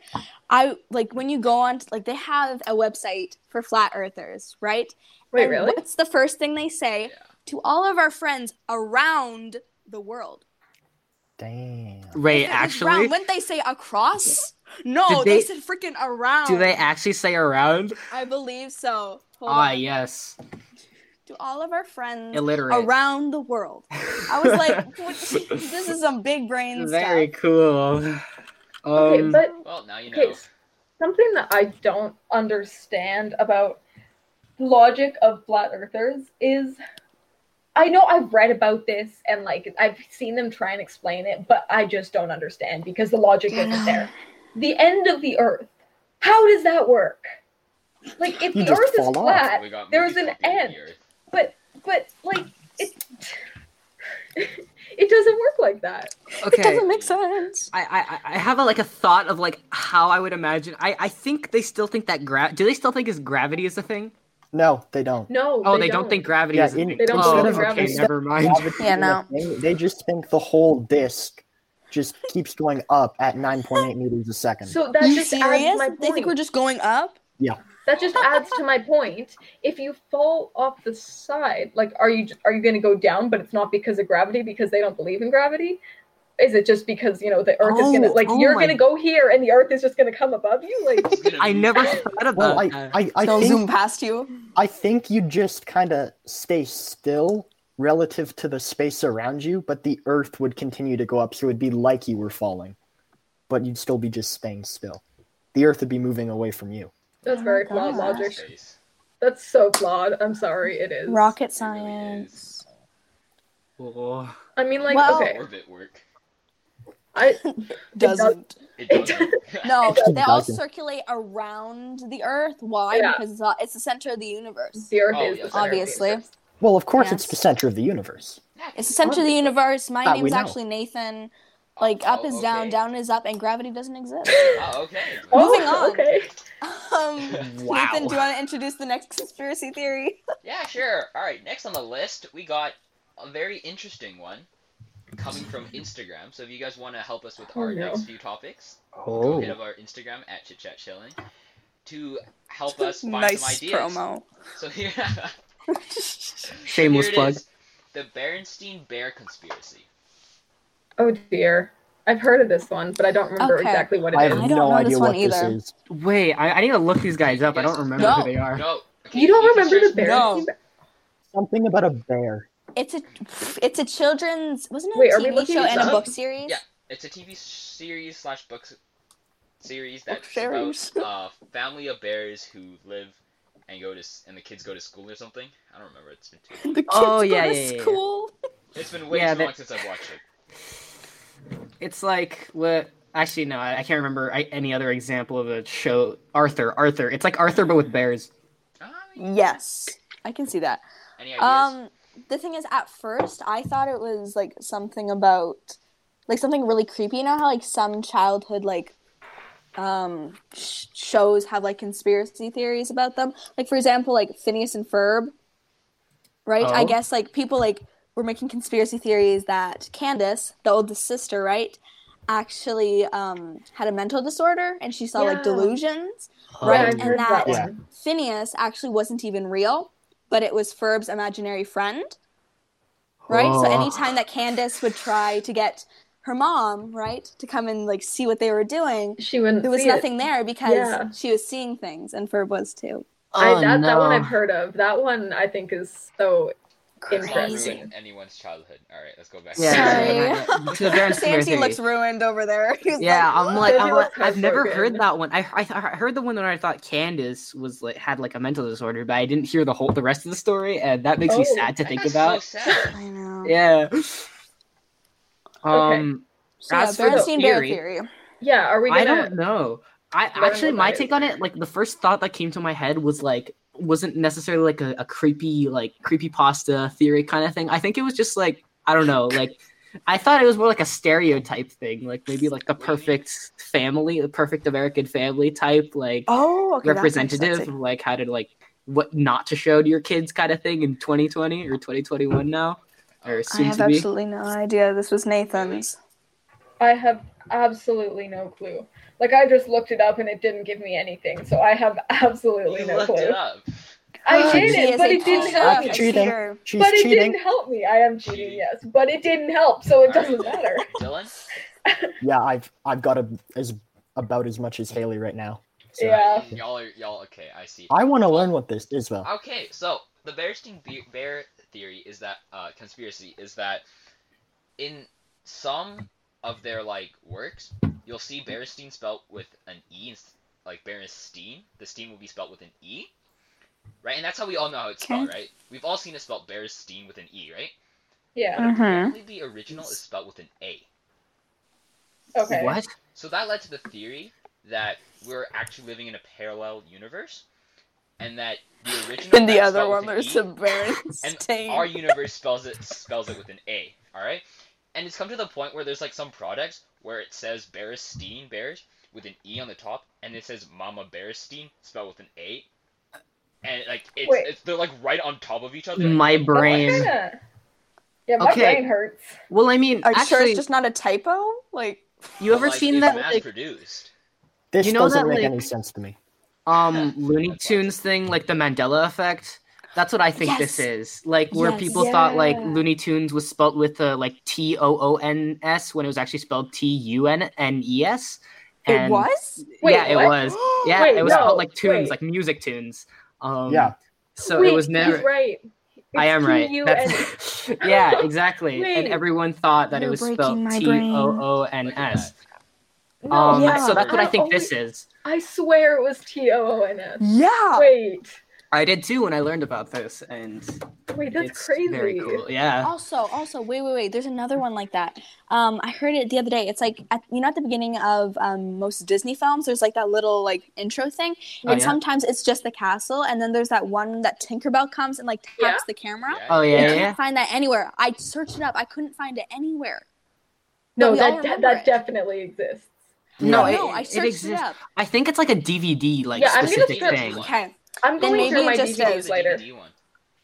Speaker 2: I like when you go on, to, like, they have a website for flat earthers, right?
Speaker 3: Wait,
Speaker 2: And
Speaker 3: really?
Speaker 2: What's the first thing they say
Speaker 4: Yeah.
Speaker 2: to all of our friends around the world?
Speaker 7: Damn.
Speaker 5: Ray
Speaker 2: If it was
Speaker 5: actually
Speaker 2: round, wouldn't they say across? No,
Speaker 5: Did
Speaker 2: they,
Speaker 5: they-
Speaker 2: said freaking around.
Speaker 5: do they actually say around?
Speaker 2: I believe so. Hold
Speaker 5: Ah
Speaker 2: on.
Speaker 5: yes.
Speaker 2: To all of our friends
Speaker 5: Illiterate.
Speaker 2: Mm-hmm. around the world. I was like, what- this is some big brain
Speaker 5: Very
Speaker 2: stuff.
Speaker 5: cool.
Speaker 3: Okay,
Speaker 5: Um,
Speaker 3: but
Speaker 4: Well, now you know.
Speaker 3: Okay, something that I don't understand about logic of flat earthers is I know I've read about this and like I've seen them try and explain it, but I just don't understand because the logic isn't there. The end of the earth. How does that work? Like if
Speaker 7: You
Speaker 3: the
Speaker 7: just
Speaker 3: earth is
Speaker 7: fall off.
Speaker 3: flat,
Speaker 4: we got
Speaker 3: there's
Speaker 4: movie
Speaker 3: an
Speaker 4: copy of the
Speaker 3: end.
Speaker 4: Earth.
Speaker 3: but like it It doesn't work like that.
Speaker 5: Okay.
Speaker 2: It doesn't make sense.
Speaker 5: I, I- I, I have a, like a thought of like how I would imagine. I, I think they still think that gra- do they still think is gravity is a thing?
Speaker 7: No, they don't.
Speaker 3: No.
Speaker 5: Oh, they, don't. think gravity
Speaker 7: Yeah,
Speaker 5: is a
Speaker 7: in-
Speaker 5: thing.
Speaker 3: They don't
Speaker 5: oh,
Speaker 3: think
Speaker 5: okay,
Speaker 3: gravity is-
Speaker 5: never mind.
Speaker 7: Gravity
Speaker 2: Yeah,
Speaker 7: is a
Speaker 2: no.
Speaker 7: thing. They just think the whole disc just keeps going up at 9.8 meters a second.
Speaker 3: So that
Speaker 2: you
Speaker 3: just adds
Speaker 2: serious?
Speaker 3: my
Speaker 2: They think
Speaker 3: point.
Speaker 2: we're just going up?
Speaker 3: that just adds to my point. If you fall off the side, like are you are you going to go down? But it's not because of gravity because they don't believe in gravity. Is it just because you know the Earth is going to
Speaker 5: Oh,
Speaker 3: like
Speaker 5: oh
Speaker 3: you're
Speaker 5: my-
Speaker 3: going to go here and the Earth is just going to come above you? Like
Speaker 4: It's gonna
Speaker 5: I
Speaker 4: be-
Speaker 5: never thought about
Speaker 7: well, I,
Speaker 5: that.
Speaker 7: I, I,
Speaker 2: They'll
Speaker 7: think,
Speaker 2: zoom past you.
Speaker 7: I think you just kind of stay still relative to the space around you, but the Earth would continue to go up, so it would be like you were falling, but you'd still be just staying still. The Earth would be moving away from you.
Speaker 3: that's
Speaker 2: Oh
Speaker 3: very
Speaker 2: my
Speaker 3: flawed
Speaker 2: gosh.
Speaker 3: logic.
Speaker 4: Space.
Speaker 3: That's so flawed. I'm sorry, it is.
Speaker 2: Rocket
Speaker 4: It really
Speaker 2: science.
Speaker 5: Oh.
Speaker 3: I mean, like
Speaker 2: Well-
Speaker 3: okay,
Speaker 4: Orbit work.
Speaker 3: I
Speaker 2: Doesn't.
Speaker 4: It
Speaker 3: It
Speaker 4: doesn't.
Speaker 2: No,
Speaker 7: It
Speaker 2: they all
Speaker 7: doesn't.
Speaker 2: circulate around the Earth. Why?
Speaker 3: Yeah.
Speaker 2: Because it's, all, it's the center of the universe.
Speaker 3: the Earth
Speaker 4: Oh,
Speaker 3: is
Speaker 4: yes,
Speaker 3: the center of the
Speaker 2: Obviously.
Speaker 3: universe.
Speaker 7: Well, of course,
Speaker 2: Yes.
Speaker 7: it's the center of the universe.
Speaker 2: It's the center of the universe. My
Speaker 7: That we
Speaker 2: name's
Speaker 7: know.
Speaker 2: actually Nathan. Like, up
Speaker 4: Oh,
Speaker 2: is down,
Speaker 4: okay.
Speaker 2: down is up, and gravity doesn't exist.
Speaker 4: Oh, okay.
Speaker 2: Moving
Speaker 3: Oh,
Speaker 2: on.
Speaker 3: okay.
Speaker 2: Um,
Speaker 5: Wow.
Speaker 2: Nathan, do you want to introduce the next conspiracy theory?
Speaker 4: Yeah, sure. All right, next on the list, we got a very interesting one coming from Instagram. So if you guys want to help us with
Speaker 3: Oh,
Speaker 4: our
Speaker 3: no.
Speaker 4: next few topics, go
Speaker 5: Oh.
Speaker 4: hit up our Instagram at chitchatchilling to help us find some
Speaker 2: nice
Speaker 4: ideas.
Speaker 2: promo.
Speaker 4: So here,
Speaker 5: Shameless
Speaker 4: here it
Speaker 5: plug.
Speaker 4: is, The Berenstein Bear Conspiracy.
Speaker 3: Oh dear. I've heard of this one, but I don't remember
Speaker 2: Okay.
Speaker 3: exactly what it
Speaker 7: I
Speaker 3: is.
Speaker 7: have
Speaker 2: I don't
Speaker 7: no
Speaker 2: know this
Speaker 7: idea
Speaker 2: one
Speaker 7: what this
Speaker 2: either.
Speaker 7: is.
Speaker 5: Wait, I, I need to look these guys up. I don't remember
Speaker 2: No.
Speaker 5: who they are.
Speaker 4: No. okay,
Speaker 3: Uh, You don't
Speaker 4: can
Speaker 3: remember
Speaker 4: search
Speaker 3: the bear?
Speaker 2: No.
Speaker 7: Something about a bear.
Speaker 2: It's a it's a children's wasn't it
Speaker 3: Wait,
Speaker 2: a
Speaker 3: are we
Speaker 2: TV
Speaker 3: looking
Speaker 2: show
Speaker 4: these
Speaker 2: and a
Speaker 4: up?
Speaker 2: book series?
Speaker 4: Yeah. It's a TV series slash book s- series
Speaker 2: Book
Speaker 4: that's
Speaker 2: series.
Speaker 4: about a family of bears who live and go to s- and the kids go to school or something. I don't remember. It's been too
Speaker 2: The kids
Speaker 5: Oh,
Speaker 2: go
Speaker 5: yeah,
Speaker 2: to
Speaker 5: yeah, yeah, yeah.
Speaker 2: school.
Speaker 4: It's been way
Speaker 5: Yeah,
Speaker 4: too
Speaker 5: that-
Speaker 4: long since I've watched it.
Speaker 5: It's like what? Actually, no, I, I can't remember I, any other example of a show. Arthur, Arthur. It's like Arthur but with bears.
Speaker 4: Um,
Speaker 2: Yes, I can see that.
Speaker 4: Any ideas?
Speaker 2: Um, the thing is, at first I thought it was like something about like something really creepy. You know how like some childhood like um sh- shows have like conspiracy theories about them. Like for example, like Phineas and Ferb, right? I
Speaker 5: Oh.
Speaker 2: guess like people like were making conspiracy theories that Candace, the oldest sister, right, actually um had a mental disorder and she saw
Speaker 3: Yeah.
Speaker 2: like delusions.
Speaker 3: Yeah,
Speaker 2: Right,
Speaker 3: I've
Speaker 2: and
Speaker 3: heard Oh, that,
Speaker 2: that-
Speaker 3: one.
Speaker 2: Phineas actually wasn't even real, but it was Ferb's imaginary friend, right? So
Speaker 5: Oh.
Speaker 2: anytime that Candace would try to get her mom, right, to come and like see what they were doing,
Speaker 3: She wouldn't.
Speaker 2: there was
Speaker 3: see it.
Speaker 2: nothing there because
Speaker 3: Yeah.
Speaker 2: she was seeing things, and Ferb was too.
Speaker 3: I, that, that one
Speaker 5: Oh, no.
Speaker 3: I've heard of. That one I think is so.
Speaker 4: That's not
Speaker 3: Crazy.
Speaker 4: ruining anyone's childhood. All right, let's go back.
Speaker 5: Yeah.
Speaker 2: Sorry.
Speaker 5: To the Baron Singer
Speaker 2: Santi
Speaker 5: theory.
Speaker 2: looks ruined over there. He's
Speaker 5: Yeah, I'm like,
Speaker 3: Does
Speaker 5: I'm
Speaker 3: he
Speaker 5: like
Speaker 3: look
Speaker 5: I've never
Speaker 3: heartbroken?
Speaker 5: heard that one. I, I I heard the one when I thought Candace was like had like a mental disorder, but I didn't hear the whole the rest of the story, and that makes me
Speaker 3: Oh,
Speaker 5: sad to
Speaker 4: That
Speaker 5: think
Speaker 4: guy's
Speaker 5: about.
Speaker 4: So sad.
Speaker 2: like, I know.
Speaker 5: Yeah. Um,
Speaker 2: So, yeah,
Speaker 5: As for the
Speaker 2: Berenstein Bear
Speaker 5: theory-
Speaker 2: theory.
Speaker 3: Yeah, are we
Speaker 5: I
Speaker 3: gonna?
Speaker 5: don't know. I
Speaker 3: don't know
Speaker 5: actually,
Speaker 3: what
Speaker 5: my
Speaker 3: that
Speaker 5: take
Speaker 3: is.
Speaker 5: on it, like the first thought that came to my head was like wasn't necessarily like a, a creepy like creepy pasta theory kind of thing. I think it was just like I don't know, like I thought it was more like a stereotype thing, like maybe like the
Speaker 4: What do you mean?
Speaker 5: perfect family, the perfect American family type, like
Speaker 2: Oh, okay, that makes sense.
Speaker 5: representative of like how to like what not to show to your kids kind of thing in 2020 or 2021 now or
Speaker 2: I
Speaker 5: soon
Speaker 2: have
Speaker 5: to be.
Speaker 2: absolutely no idea. This was Nathan's.
Speaker 3: I have absolutely no clue. Like I just looked it up and it didn't give me anything, so I have absolutely
Speaker 4: You
Speaker 3: no
Speaker 4: looked
Speaker 3: clue.
Speaker 4: it up.
Speaker 3: I
Speaker 2: Oh,
Speaker 3: did
Speaker 2: he
Speaker 3: it,
Speaker 2: is
Speaker 3: but
Speaker 2: a
Speaker 3: it didn't
Speaker 2: cheater,
Speaker 3: help.
Speaker 2: a
Speaker 3: me.
Speaker 7: Cheating.
Speaker 2: cheater.
Speaker 7: She's
Speaker 3: But it
Speaker 7: cheating.
Speaker 3: didn't help me. I am cheating,
Speaker 4: Cheating.
Speaker 3: yes, but it didn't help, so it
Speaker 4: Alright.
Speaker 3: doesn't matter.
Speaker 4: Dylan.
Speaker 7: Yeah, I've I've got a, as about as much as Haley right now. So.
Speaker 3: Yeah.
Speaker 4: Y'all are y'all okay? I see.
Speaker 7: I want to learn what this is though.
Speaker 4: Okay, so the Berenstein Be- Bear theory is that uh, conspiracy is that in some of their like works, you'll see Berenstein spelt with an e, ins- like Berenstein. The steam will be spelt with an e, right? And that's how we all know how it's spelled,
Speaker 2: Okay.
Speaker 4: right? We've all seen it spelled Berenstein with an e, right?
Speaker 3: Yeah.
Speaker 2: Mhm.
Speaker 4: Only the original is spelled with an a.
Speaker 3: Okay.
Speaker 5: Uh, What?
Speaker 4: So that led to the theory that we're actually living in a parallel universe, and that the original
Speaker 2: In the
Speaker 4: that's
Speaker 2: other
Speaker 4: spelled with an e,
Speaker 2: one, there's a Berenstein.
Speaker 4: Our universe spells it spells it with an A. All right, and it's come to the point where there's like some products where it says Bearstein bears with an e on the top, and it says Mama Bearstein spelled with an a, and like it's,
Speaker 3: Wait.
Speaker 4: it's they're like right on top of each other.
Speaker 3: Oh,
Speaker 5: My
Speaker 3: I
Speaker 5: brain.
Speaker 3: kinda- yeah, my
Speaker 5: Okay.
Speaker 3: brain hurts.
Speaker 5: Well, I mean,
Speaker 2: Are you sure
Speaker 5: actually,
Speaker 2: it's just not a typo? Like,
Speaker 5: you ever
Speaker 4: Like,
Speaker 5: seen
Speaker 4: it's
Speaker 5: that
Speaker 4: mass
Speaker 5: like,
Speaker 4: produced?
Speaker 7: This
Speaker 5: You know
Speaker 7: doesn't
Speaker 5: that,
Speaker 7: make
Speaker 5: like-
Speaker 7: any sense to me.
Speaker 5: um Looney
Speaker 4: That's
Speaker 5: Tunes thing, like the Mandela effect? That's what I think this is. Like where
Speaker 2: Yes.
Speaker 5: people thought like
Speaker 3: Yeah.
Speaker 5: Looney Tunes was spelt with uh, like T O O N S when it was actually spelled T U N N E S.
Speaker 2: it was?
Speaker 3: Wait,
Speaker 5: yeah,
Speaker 3: what?
Speaker 5: it was. Yeah,
Speaker 3: Wait,
Speaker 5: it was
Speaker 3: no,
Speaker 5: called like tunes,
Speaker 3: wait.
Speaker 5: like music tunes. Um,
Speaker 7: Yeah.
Speaker 5: So
Speaker 3: Wait,
Speaker 5: it was
Speaker 3: He's
Speaker 5: never.
Speaker 3: right.
Speaker 5: I
Speaker 3: It's
Speaker 5: am right.
Speaker 3: T-U-N-
Speaker 5: That's, yeah, exactly.
Speaker 3: E Wait.
Speaker 5: And everyone thought that it
Speaker 2: You're
Speaker 5: was
Speaker 2: breaking
Speaker 5: spelled
Speaker 2: my
Speaker 5: T O O N
Speaker 4: Look at
Speaker 5: S.
Speaker 4: that.
Speaker 3: No,
Speaker 5: Um,
Speaker 3: yeah,
Speaker 5: So that's what I
Speaker 3: I've
Speaker 5: think
Speaker 3: only-
Speaker 5: this is.
Speaker 3: I swear it was T O O N S.
Speaker 2: Yeah.
Speaker 3: Wait,
Speaker 5: I did too when I learned about this, and
Speaker 3: wait, that's
Speaker 5: it's
Speaker 3: crazy.
Speaker 5: very cool. Yeah.
Speaker 2: Also, also, wait, wait, wait. There's another one like that. Um, I heard it the other day. It's like at, you know at the beginning of um, most Disney films, there's like that little like intro thing,
Speaker 5: Oh,
Speaker 2: and
Speaker 5: yeah?
Speaker 2: sometimes it's just the castle, and then there's that one that Tinkerbell comes and like taps
Speaker 3: Yeah.
Speaker 2: the camera.
Speaker 4: Yeah,
Speaker 5: Oh
Speaker 2: I
Speaker 5: yeah, yeah.
Speaker 2: couldn't
Speaker 5: yeah.
Speaker 2: find that anywhere. I searched it up. I couldn't find it anywhere.
Speaker 3: No,
Speaker 2: we all
Speaker 3: that de-
Speaker 2: remember
Speaker 3: that
Speaker 2: it.
Speaker 3: definitely exists.
Speaker 5: No,
Speaker 2: no,
Speaker 5: it-
Speaker 2: I
Speaker 5: it
Speaker 2: searched it,
Speaker 5: exists.
Speaker 2: up.
Speaker 5: I think it's like a DVD like
Speaker 3: Yeah, I'm gonna
Speaker 5: specific
Speaker 4: search
Speaker 5: thing.
Speaker 4: one.
Speaker 2: Okay, Then
Speaker 3: I'm going
Speaker 2: maybe
Speaker 3: through
Speaker 2: it
Speaker 3: my
Speaker 2: just
Speaker 3: DVDs
Speaker 2: is.
Speaker 4: The
Speaker 3: later.
Speaker 4: DVD one.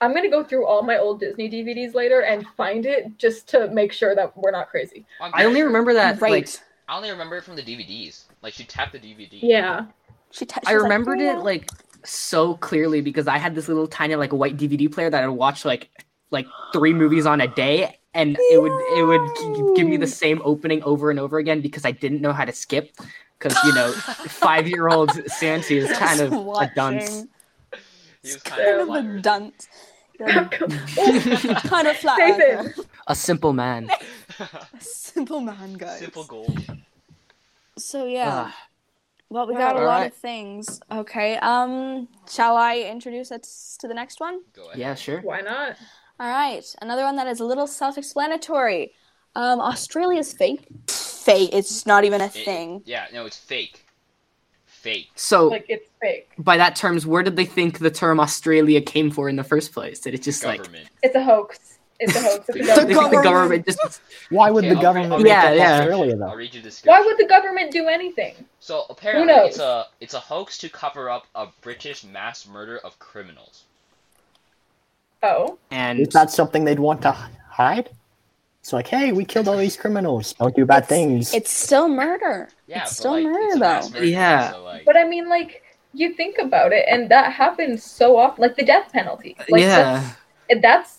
Speaker 3: I'm gonna go through all my old Disney DVDs later and find it just to make sure that we're not crazy.
Speaker 4: I'm
Speaker 5: I
Speaker 4: pretty
Speaker 5: only
Speaker 4: sure-
Speaker 5: remember that.
Speaker 2: right.
Speaker 5: Like,
Speaker 4: I only remember it from the DVDs. Like she tapped the DVD.
Speaker 3: Yeah.
Speaker 2: she t-
Speaker 5: I
Speaker 2: she was like,
Speaker 5: remembered
Speaker 2: "Yeah."
Speaker 5: it like so clearly because I had this little tiny like white DVD player that I would watch like like three movies on a day, and it would it would g- give me the same opening over and over again because I didn't know how to skip because you know five year old Santi is kind of a
Speaker 2: Watching.
Speaker 5: dunce.
Speaker 4: He was
Speaker 2: Kind
Speaker 4: kind
Speaker 2: of a
Speaker 4: liar.
Speaker 2: dunce. You're
Speaker 4: Simple
Speaker 2: kind of flat.
Speaker 3: Nathan.
Speaker 2: earther.
Speaker 5: A simple man.
Speaker 2: A simple man, guys.
Speaker 4: gold.
Speaker 2: So yeah.
Speaker 5: Ugh.
Speaker 2: Well, we got a
Speaker 5: All
Speaker 2: lot
Speaker 5: right.
Speaker 2: of things. Okay. Um, shall I introduce us to the next one?
Speaker 4: Go ahead.
Speaker 5: yeah, sure.
Speaker 3: Why not?
Speaker 2: All right. Another one that is a little self-explanatory. Um, Australia's fake. Fake. It's not even a
Speaker 4: It-
Speaker 2: thing.
Speaker 4: yeah, no, it's fake. Fake.
Speaker 5: So
Speaker 3: Like it's fake.
Speaker 5: by that terms, where did they think the term Australia came for in the first place? Did it just like
Speaker 4: government.
Speaker 3: It's a hoax. It's a hoax. It's a
Speaker 4: The
Speaker 5: they
Speaker 3: government.
Speaker 5: think the
Speaker 2: government.
Speaker 5: government just
Speaker 7: Why would
Speaker 4: Okay,
Speaker 7: the
Speaker 4: I'll read-
Speaker 7: government
Speaker 4: I'll
Speaker 7: make
Speaker 5: read
Speaker 7: up
Speaker 5: the Yeah.
Speaker 7: Australia
Speaker 4: I'll
Speaker 7: though?
Speaker 4: read you the description.
Speaker 3: Why would the government do anything?
Speaker 4: So apparently,
Speaker 3: knows?
Speaker 4: it's a it's a hoax to cover up a British mass murder of criminals.
Speaker 3: Oh,
Speaker 5: and
Speaker 7: Is that something they'd want to h- hide? It's like, hey, we killed all these criminals. Don't do bad
Speaker 2: It's-
Speaker 7: things.
Speaker 2: It's still murder.
Speaker 4: Yeah,
Speaker 2: It's
Speaker 4: but,
Speaker 2: still
Speaker 4: like,
Speaker 2: murder,
Speaker 4: it's a mass
Speaker 2: though.
Speaker 4: murder,
Speaker 5: Yeah.
Speaker 4: So, like,
Speaker 3: but I mean, like you think about it, and that happens so often. Like the death penalty. Like,
Speaker 5: yeah.
Speaker 3: that's, that's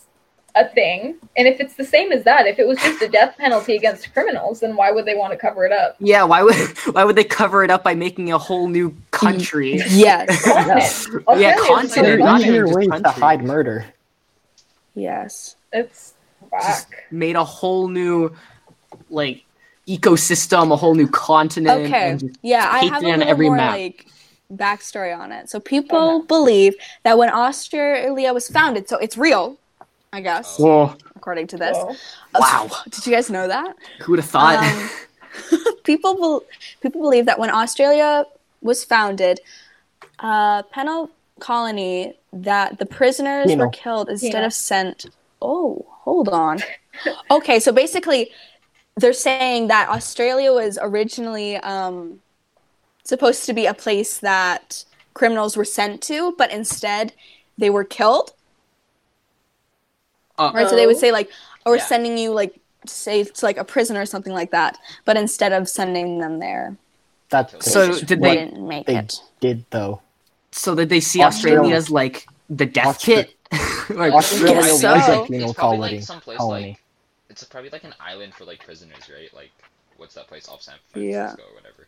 Speaker 3: a thing. And if it's the same as that, if it was just a death penalty against criminals, then why would they want to cover it up?
Speaker 5: Yeah, why would why would they cover it up by making a whole new country?
Speaker 2: Yes.
Speaker 3: Continent.
Speaker 5: Yeah,
Speaker 3: Australia is
Speaker 5: continent,
Speaker 7: It's an
Speaker 3: another
Speaker 5: not
Speaker 3: country.
Speaker 5: even
Speaker 7: easier
Speaker 5: just
Speaker 7: way to
Speaker 5: country.
Speaker 7: hide murder.
Speaker 2: yes.
Speaker 3: It's
Speaker 5: Just
Speaker 3: whack.
Speaker 5: made a whole new like ecosystem, a whole new continent.
Speaker 2: Okay.
Speaker 5: and just-
Speaker 2: Yeah, I
Speaker 5: taped
Speaker 2: have a
Speaker 5: it on
Speaker 2: little
Speaker 5: every
Speaker 2: more
Speaker 5: map.
Speaker 2: like backstory on it. So people believe that when Australia was founded, so it's real, I guess,
Speaker 5: Whoa,
Speaker 2: according to this.
Speaker 3: So,
Speaker 5: oh, Wow.
Speaker 2: Did you guys know that?
Speaker 5: who'd have thought?
Speaker 2: Um, people bel people believe that when Australia was founded, uh, penal colony that the prisoners
Speaker 7: Penal.
Speaker 2: were killed instead
Speaker 3: Yeah.
Speaker 2: of sent. Oh, hold on. okay, so basically, they're saying that Australia was originally um, supposed to be a place that criminals were sent to, but instead they were killed.
Speaker 5: Uh,
Speaker 2: Right, so they would
Speaker 3: Oh.
Speaker 2: say like, "Oh, we're
Speaker 4: Yeah.
Speaker 2: sending you like, say to like a prison or something like that," but instead of sending them there,
Speaker 7: That's
Speaker 5: So
Speaker 7: just
Speaker 5: did
Speaker 7: what
Speaker 5: they-
Speaker 7: they
Speaker 2: didn't make
Speaker 7: they-
Speaker 2: it.
Speaker 7: did though.
Speaker 5: so that they see
Speaker 7: Australia-
Speaker 5: Australia as like the death
Speaker 7: Austra-
Speaker 5: pit. like,
Speaker 7: Australia
Speaker 2: guess
Speaker 7: was
Speaker 2: so.
Speaker 7: a
Speaker 4: it's
Speaker 7: penal
Speaker 4: probably
Speaker 7: colony.
Speaker 4: like someplace
Speaker 7: colony.
Speaker 4: like it's probably like an island for like prisoners, right? Like what's that place off San
Speaker 2: Yeah.
Speaker 4: Francisco or whatever?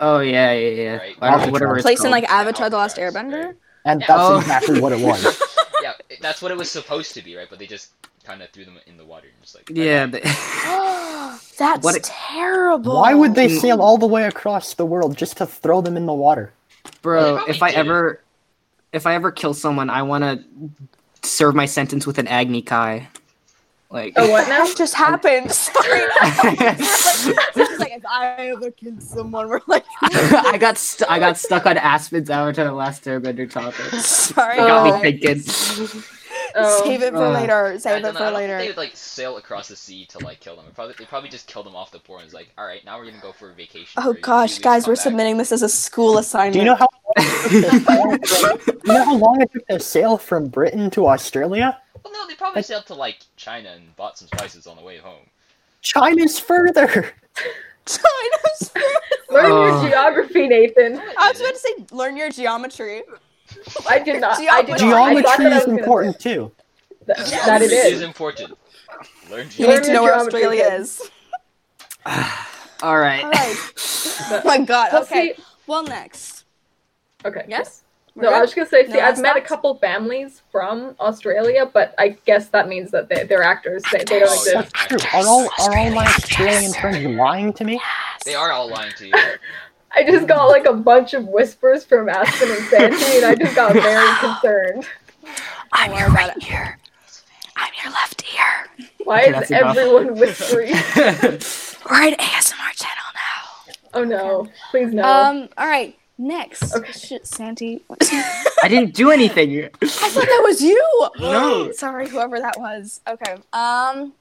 Speaker 5: oh yeah, yeah, yeah.
Speaker 4: Right.
Speaker 5: I don't know, whatever
Speaker 2: A
Speaker 5: it's
Speaker 2: place in
Speaker 5: called.
Speaker 2: like Avatar: The Last
Speaker 4: Alcatraz,
Speaker 2: Airbender.
Speaker 4: right?
Speaker 7: And
Speaker 4: Yeah.
Speaker 7: that's
Speaker 5: Oh.
Speaker 7: exactly what it was.
Speaker 4: yeah, it- that's what it was supposed to be, right? But they just kind of threw them in the water and just like bye-bye.
Speaker 5: yeah. They,
Speaker 2: That's
Speaker 5: What a-
Speaker 2: terrible.
Speaker 7: Why would they sail all the way across the world just to throw them in the water?
Speaker 5: bro,
Speaker 4: probably
Speaker 5: if I
Speaker 4: did it.
Speaker 5: ever if I ever kill someone, I want to serve my sentence with an Agni Kai. Like
Speaker 3: oh, what
Speaker 2: What
Speaker 3: now?
Speaker 2: that just happened? Sorry. It's like if I ever killed someone, we're like,
Speaker 5: I got st- I got stuck on Aspen's Avatar: The Last Airbender topic. It
Speaker 2: sorry.
Speaker 5: got
Speaker 3: Oh.
Speaker 5: me thinking.
Speaker 3: Oh,
Speaker 2: save it for
Speaker 7: uh,
Speaker 2: later. Save
Speaker 4: I
Speaker 2: it
Speaker 4: don't know, I
Speaker 2: for
Speaker 4: don't think
Speaker 2: later.
Speaker 4: They would like sail across the sea to like kill them. They probably, they probably just kill them off the port and was like, all right, now we're gonna go for a vacation. for
Speaker 2: Oh
Speaker 4: a few
Speaker 2: gosh,
Speaker 4: weeks,
Speaker 2: guys,
Speaker 4: come
Speaker 2: we're
Speaker 4: back."
Speaker 2: submitting this as a school assignment.
Speaker 7: Do you know how you know how long it took to sail from Britain to Australia?
Speaker 4: Well, no, they probably sailed to like China and bought some spices on the way home.
Speaker 7: China's further.
Speaker 2: China's
Speaker 3: Learn
Speaker 5: Oh.
Speaker 7: Uh.
Speaker 3: your geography, Nathan.
Speaker 2: I was about to say, learn your geometry.
Speaker 3: I did not. I did not. I thought
Speaker 7: Geometry
Speaker 3: that I was
Speaker 7: is
Speaker 3: gonna-
Speaker 7: important too.
Speaker 3: Th- That it
Speaker 4: It is
Speaker 3: is.
Speaker 4: important. Learn geography.
Speaker 2: You
Speaker 3: Learn
Speaker 2: need to
Speaker 3: your
Speaker 2: know where
Speaker 3: geometry,
Speaker 2: Australia
Speaker 3: kids.
Speaker 2: is.
Speaker 5: All right.
Speaker 2: All right. oh my god.
Speaker 3: Well,
Speaker 2: okay.
Speaker 3: see-
Speaker 2: Well, next.
Speaker 3: Okay.
Speaker 2: Yes. We're
Speaker 3: No, I
Speaker 2: good?
Speaker 3: was just gonna say. See,
Speaker 2: No
Speaker 3: I've met a
Speaker 2: last
Speaker 3: couple families from Australia, but I guess that means that they, they're actors. They, they don't
Speaker 4: Oh, yeah.
Speaker 3: exist.
Speaker 7: That's true. Are all are all my Australian friends lying to me?
Speaker 4: They are all lying to you.
Speaker 3: I just got like a bunch of whispers from Aspen and Sandy, and I just got very concerned.
Speaker 2: I'm your right ear.
Speaker 8: I'm your left ear.
Speaker 3: Why
Speaker 5: Okay,
Speaker 3: is
Speaker 5: that's enough.
Speaker 3: everyone whispering?
Speaker 8: We're an ASMR channel now.
Speaker 3: Oh no! Please no.
Speaker 2: Um. All right. Next.
Speaker 3: Okay.
Speaker 2: Shit, Santi. I
Speaker 5: I didn't do anything.
Speaker 2: thought that was you.
Speaker 5: No.
Speaker 2: Sorry, whoever that was. Okay. Um.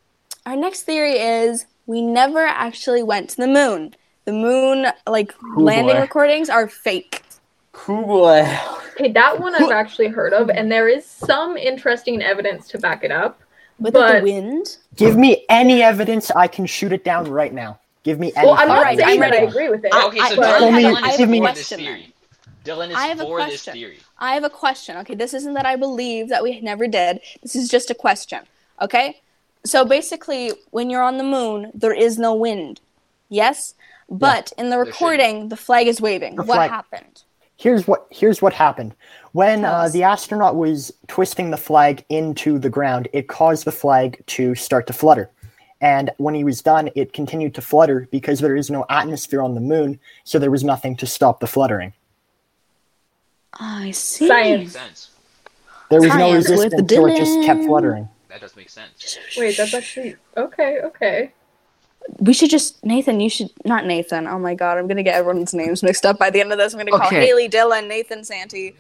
Speaker 2: Our next theory is we never actually went to the moon. The moon, like
Speaker 5: Oh,
Speaker 2: landing
Speaker 5: boy.
Speaker 2: recordings, are fake.
Speaker 5: Cool boy.
Speaker 3: okay, that one I've actually heard of, and there is some interesting evidence to back it up.
Speaker 2: With
Speaker 3: But-
Speaker 2: the wind.
Speaker 7: Give me any evidence I can shoot it down right now. Give me any.
Speaker 3: Well, I'm not
Speaker 2: Alright,
Speaker 7: fucking
Speaker 3: saying
Speaker 2: I'm
Speaker 3: that I
Speaker 7: evidence.
Speaker 2: ready.
Speaker 3: agree with it.
Speaker 2: I-
Speaker 4: Okay, so
Speaker 2: I-
Speaker 4: Dylan,
Speaker 7: I have a-
Speaker 4: Dylan
Speaker 7: I
Speaker 4: is
Speaker 7: have a
Speaker 4: for this
Speaker 2: question
Speaker 4: theory. Dylan is
Speaker 2: I have a
Speaker 4: for this
Speaker 2: question.
Speaker 4: theory.
Speaker 2: I have a question. Okay, this isn't that I believe that we never did. This is just a question. Okay? So basically, when you're on the moon, there is no wind. Yes? But in the
Speaker 4: There shouldn't.
Speaker 2: recording, the flag is waving.
Speaker 7: The
Speaker 2: what
Speaker 7: flag-
Speaker 2: happened?
Speaker 7: here's what here's what happened when
Speaker 2: Tell
Speaker 7: uh,
Speaker 2: us.
Speaker 7: the astronaut was twisting the flag into the ground it caused the flag to start to flutter and when he was done it continued to flutter because there is no atmosphere on the moon so there was nothing to stop the fluttering
Speaker 2: Ah, I see.
Speaker 4: Makes
Speaker 3: Science.
Speaker 4: sense.
Speaker 7: there was no
Speaker 2: Science with
Speaker 7: resistance so it just kept
Speaker 2: Dylan.
Speaker 7: fluttering
Speaker 4: That does make sense.
Speaker 3: Wait, that's actually okay. Okay.
Speaker 2: We should just Nathan. You should not Nathan. Oh my God, I'm gonna get everyone's names mixed up by the end of this. I'm gonna call
Speaker 5: Okay.
Speaker 2: Haley, Dylan, Nathan, Santi.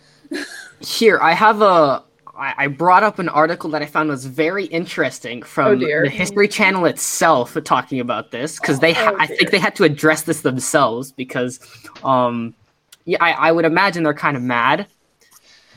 Speaker 5: Here, I have a. I I brought up an article that I found was very interesting
Speaker 3: Oh,
Speaker 5: from
Speaker 3: dear.
Speaker 5: the History Channel itself talking about this because they, ha-
Speaker 3: Oh,
Speaker 5: I
Speaker 3: dear.
Speaker 5: think they had to address this themselves because, um, yeah, I, I would imagine they're kind of mad.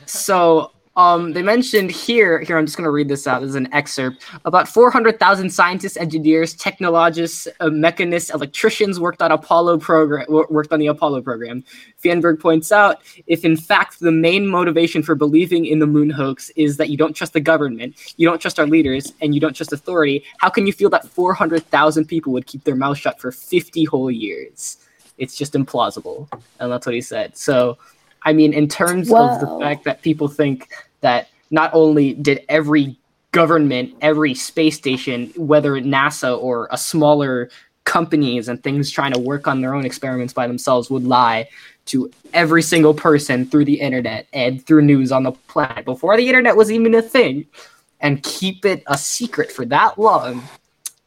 Speaker 5: So, um, they mentioned here, here I'm just going to read this out. This is an excerpt. About 400,000 scientists, engineers, technologists, uh, mechanists, electricians worked on Apollo program. Worked on the Apollo program. Fienberg points out, if in fact the main motivation for believing in the moon hoax is that you don't trust the government, you don't trust our leaders, and you don't trust authority, how can you feel that 400,000 people would keep their mouth shut for 50 whole years? It's just implausible, and that's what he said. So, I mean, in terms of the
Speaker 2: Wow.
Speaker 5: fact that people think that not only did every government, every space station, whether NASA or a smaller companies and things trying to work on their own experiments by themselves would lie to every single person through the internet and through news on the planet before the internet was even a thing and keep it a secret for that long.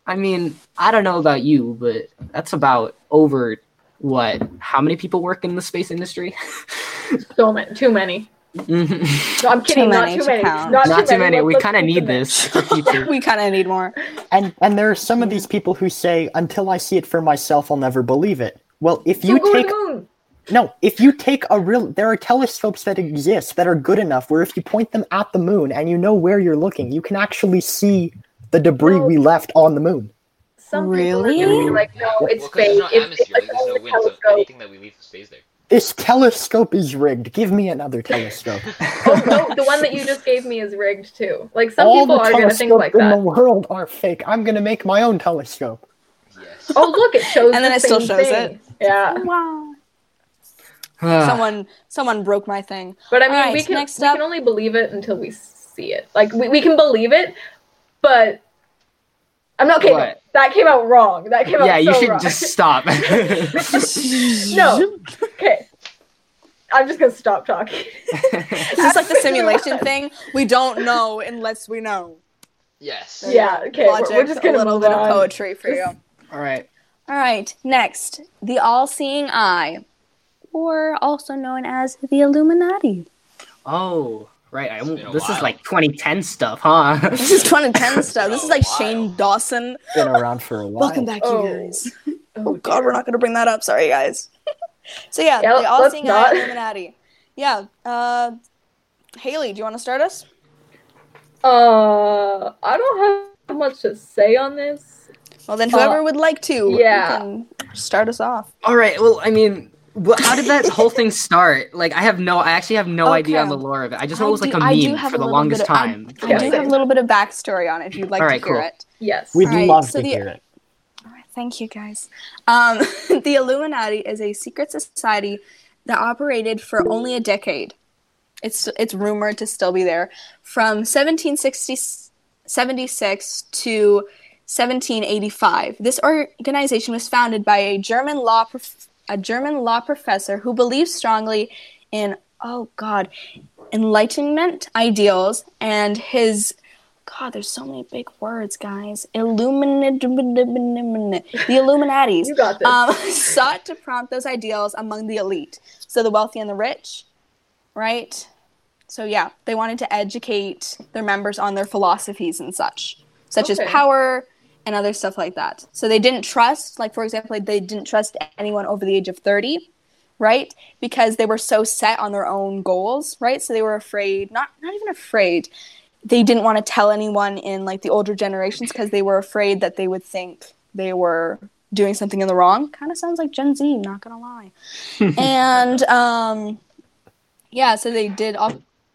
Speaker 5: I mean, I don't know about you, but that's about over what? How many people work in the space industry?
Speaker 3: So many. Too many.
Speaker 2: Mm-hmm.
Speaker 5: Mhm.
Speaker 3: No, I'm kidding. not
Speaker 2: many
Speaker 3: too
Speaker 2: to
Speaker 3: many.
Speaker 2: count.
Speaker 3: Not,
Speaker 5: Not too many.
Speaker 3: Let's-
Speaker 5: We
Speaker 3: let's
Speaker 5: kind of
Speaker 3: keep
Speaker 5: need
Speaker 3: them in.
Speaker 5: this for future.
Speaker 2: We kind of need more.
Speaker 7: and and there are some of these people who say until i see it for myself i'll never believe it well if
Speaker 3: So
Speaker 7: you
Speaker 3: go to
Speaker 7: take
Speaker 3: the moon.
Speaker 7: No, if you take a real, there are telescopes that exist that are good enough where if you point them at the moon and you know where you're looking, you can actually see the debris
Speaker 3: No.
Speaker 7: we left on the moon.
Speaker 3: Some people are
Speaker 2: Really?
Speaker 3: gonna be like, no,
Speaker 4: Well,
Speaker 3: it's
Speaker 4: 'cause There's
Speaker 3: fake.
Speaker 4: no
Speaker 3: It's, it's
Speaker 4: atmosphere.
Speaker 3: like
Speaker 4: there's no
Speaker 3: only
Speaker 4: wind, so
Speaker 3: telescope.
Speaker 4: anything that we leave stays there.
Speaker 7: This telescope is rigged. Give me another telescope.
Speaker 3: Oh no, the one that you just gave me is rigged too. Like some
Speaker 7: All
Speaker 3: people
Speaker 7: the
Speaker 3: are gonna think like
Speaker 7: telescopes in the
Speaker 3: that.
Speaker 7: world are fake. I'm gonna make my own telescope.
Speaker 4: Yes.
Speaker 3: Oh look, it shows.
Speaker 2: And then
Speaker 3: the
Speaker 2: it still
Speaker 3: same
Speaker 2: shows
Speaker 3: thing. Yeah,
Speaker 2: Wow. Ah. someone, someone broke my thing.
Speaker 3: but I mean,
Speaker 2: Alright,
Speaker 3: we can
Speaker 2: next
Speaker 3: we
Speaker 2: up-
Speaker 3: can only believe it until we see it. Like we, we can believe it, but I'm not kidding.
Speaker 5: What?
Speaker 3: That came out wrong. That came out.
Speaker 5: yeah, you
Speaker 3: so
Speaker 5: should
Speaker 3: wrong.
Speaker 5: just stop.
Speaker 3: no. Okay, I'm just gonna stop talking.
Speaker 2: It's just like the simulation thing. We don't know unless we know.
Speaker 4: Yes.
Speaker 2: There you
Speaker 3: Yeah,
Speaker 2: go.
Speaker 3: okay, we're-
Speaker 2: Logic,
Speaker 3: we're just gonna
Speaker 2: a little
Speaker 3: move
Speaker 2: bit
Speaker 3: on.
Speaker 2: of poetry for you.
Speaker 5: All right.
Speaker 2: All right, next, the all-seeing eye, or also known as the Illuminati.
Speaker 5: Oh, right? I,
Speaker 4: It's been a
Speaker 5: this is
Speaker 4: while.
Speaker 5: like 2010 stuff, huh?
Speaker 2: This is 2010 stuff. This is like
Speaker 4: Wow.
Speaker 2: Shane Dawson.
Speaker 7: Been around for a while.
Speaker 2: Welcome back,
Speaker 3: Oh.
Speaker 2: you guys. Oh God, we're not gonna bring that up. Sorry, guys. so yeah,
Speaker 3: Yeah,
Speaker 2: the all
Speaker 3: let's
Speaker 2: seeing
Speaker 3: not.
Speaker 2: eye Illuminati. Yeah. Uh, Haley, do you want to start us?
Speaker 3: Uh, I don't have much to say on this.
Speaker 2: Well, then whoever would like to, you
Speaker 3: yeah.
Speaker 2: can start us off.
Speaker 5: All right. Well, I mean, well, how did that whole thing start? Like, I have no, I actually have no idea on
Speaker 2: Okay.
Speaker 5: the lore of it. I just
Speaker 2: I
Speaker 5: know it was
Speaker 2: do-
Speaker 5: like a
Speaker 2: I do
Speaker 5: meme
Speaker 2: have
Speaker 5: for
Speaker 2: a
Speaker 5: the
Speaker 2: little
Speaker 5: longest
Speaker 2: bit of- I-
Speaker 5: time.
Speaker 2: I
Speaker 3: Yeah,
Speaker 2: do
Speaker 3: same.
Speaker 2: have a little bit of backstory on it if you'd like
Speaker 5: All
Speaker 2: to
Speaker 5: right,
Speaker 2: hear
Speaker 5: cool.
Speaker 2: it.
Speaker 3: Yes.
Speaker 7: We'd
Speaker 2: Alright,
Speaker 7: love
Speaker 2: so
Speaker 7: to
Speaker 2: the-
Speaker 7: hear it.
Speaker 2: Thank you, guys. Um, the Illuminati is a secret society that operated for only a decade. It's it's rumored to still be there from 1776 to 1785. This organization was founded by a German law prof- a German law professor who believed strongly in oh god enlightenment ideals and his God, there's so many big words, guys. Illuminati, the Illuminati's
Speaker 3: You got this.
Speaker 2: um, sought to prompt those ideals among the elite, so the wealthy and the rich, right? So yeah, they wanted to educate their members on their philosophies and such, such as
Speaker 3: Okay.
Speaker 2: power and other stuff like that. So they didn't trust, like for example, like, they didn't trust anyone over the age of thirty, right? Because they were so set on their own goals, right? So they were afraid, not not even afraid. They didn't want to tell anyone in like the older generations because they were afraid that they would think they were doing something in the wrong. Kind of sounds like Gen Z, not gonna lie. and um, yeah, so they did all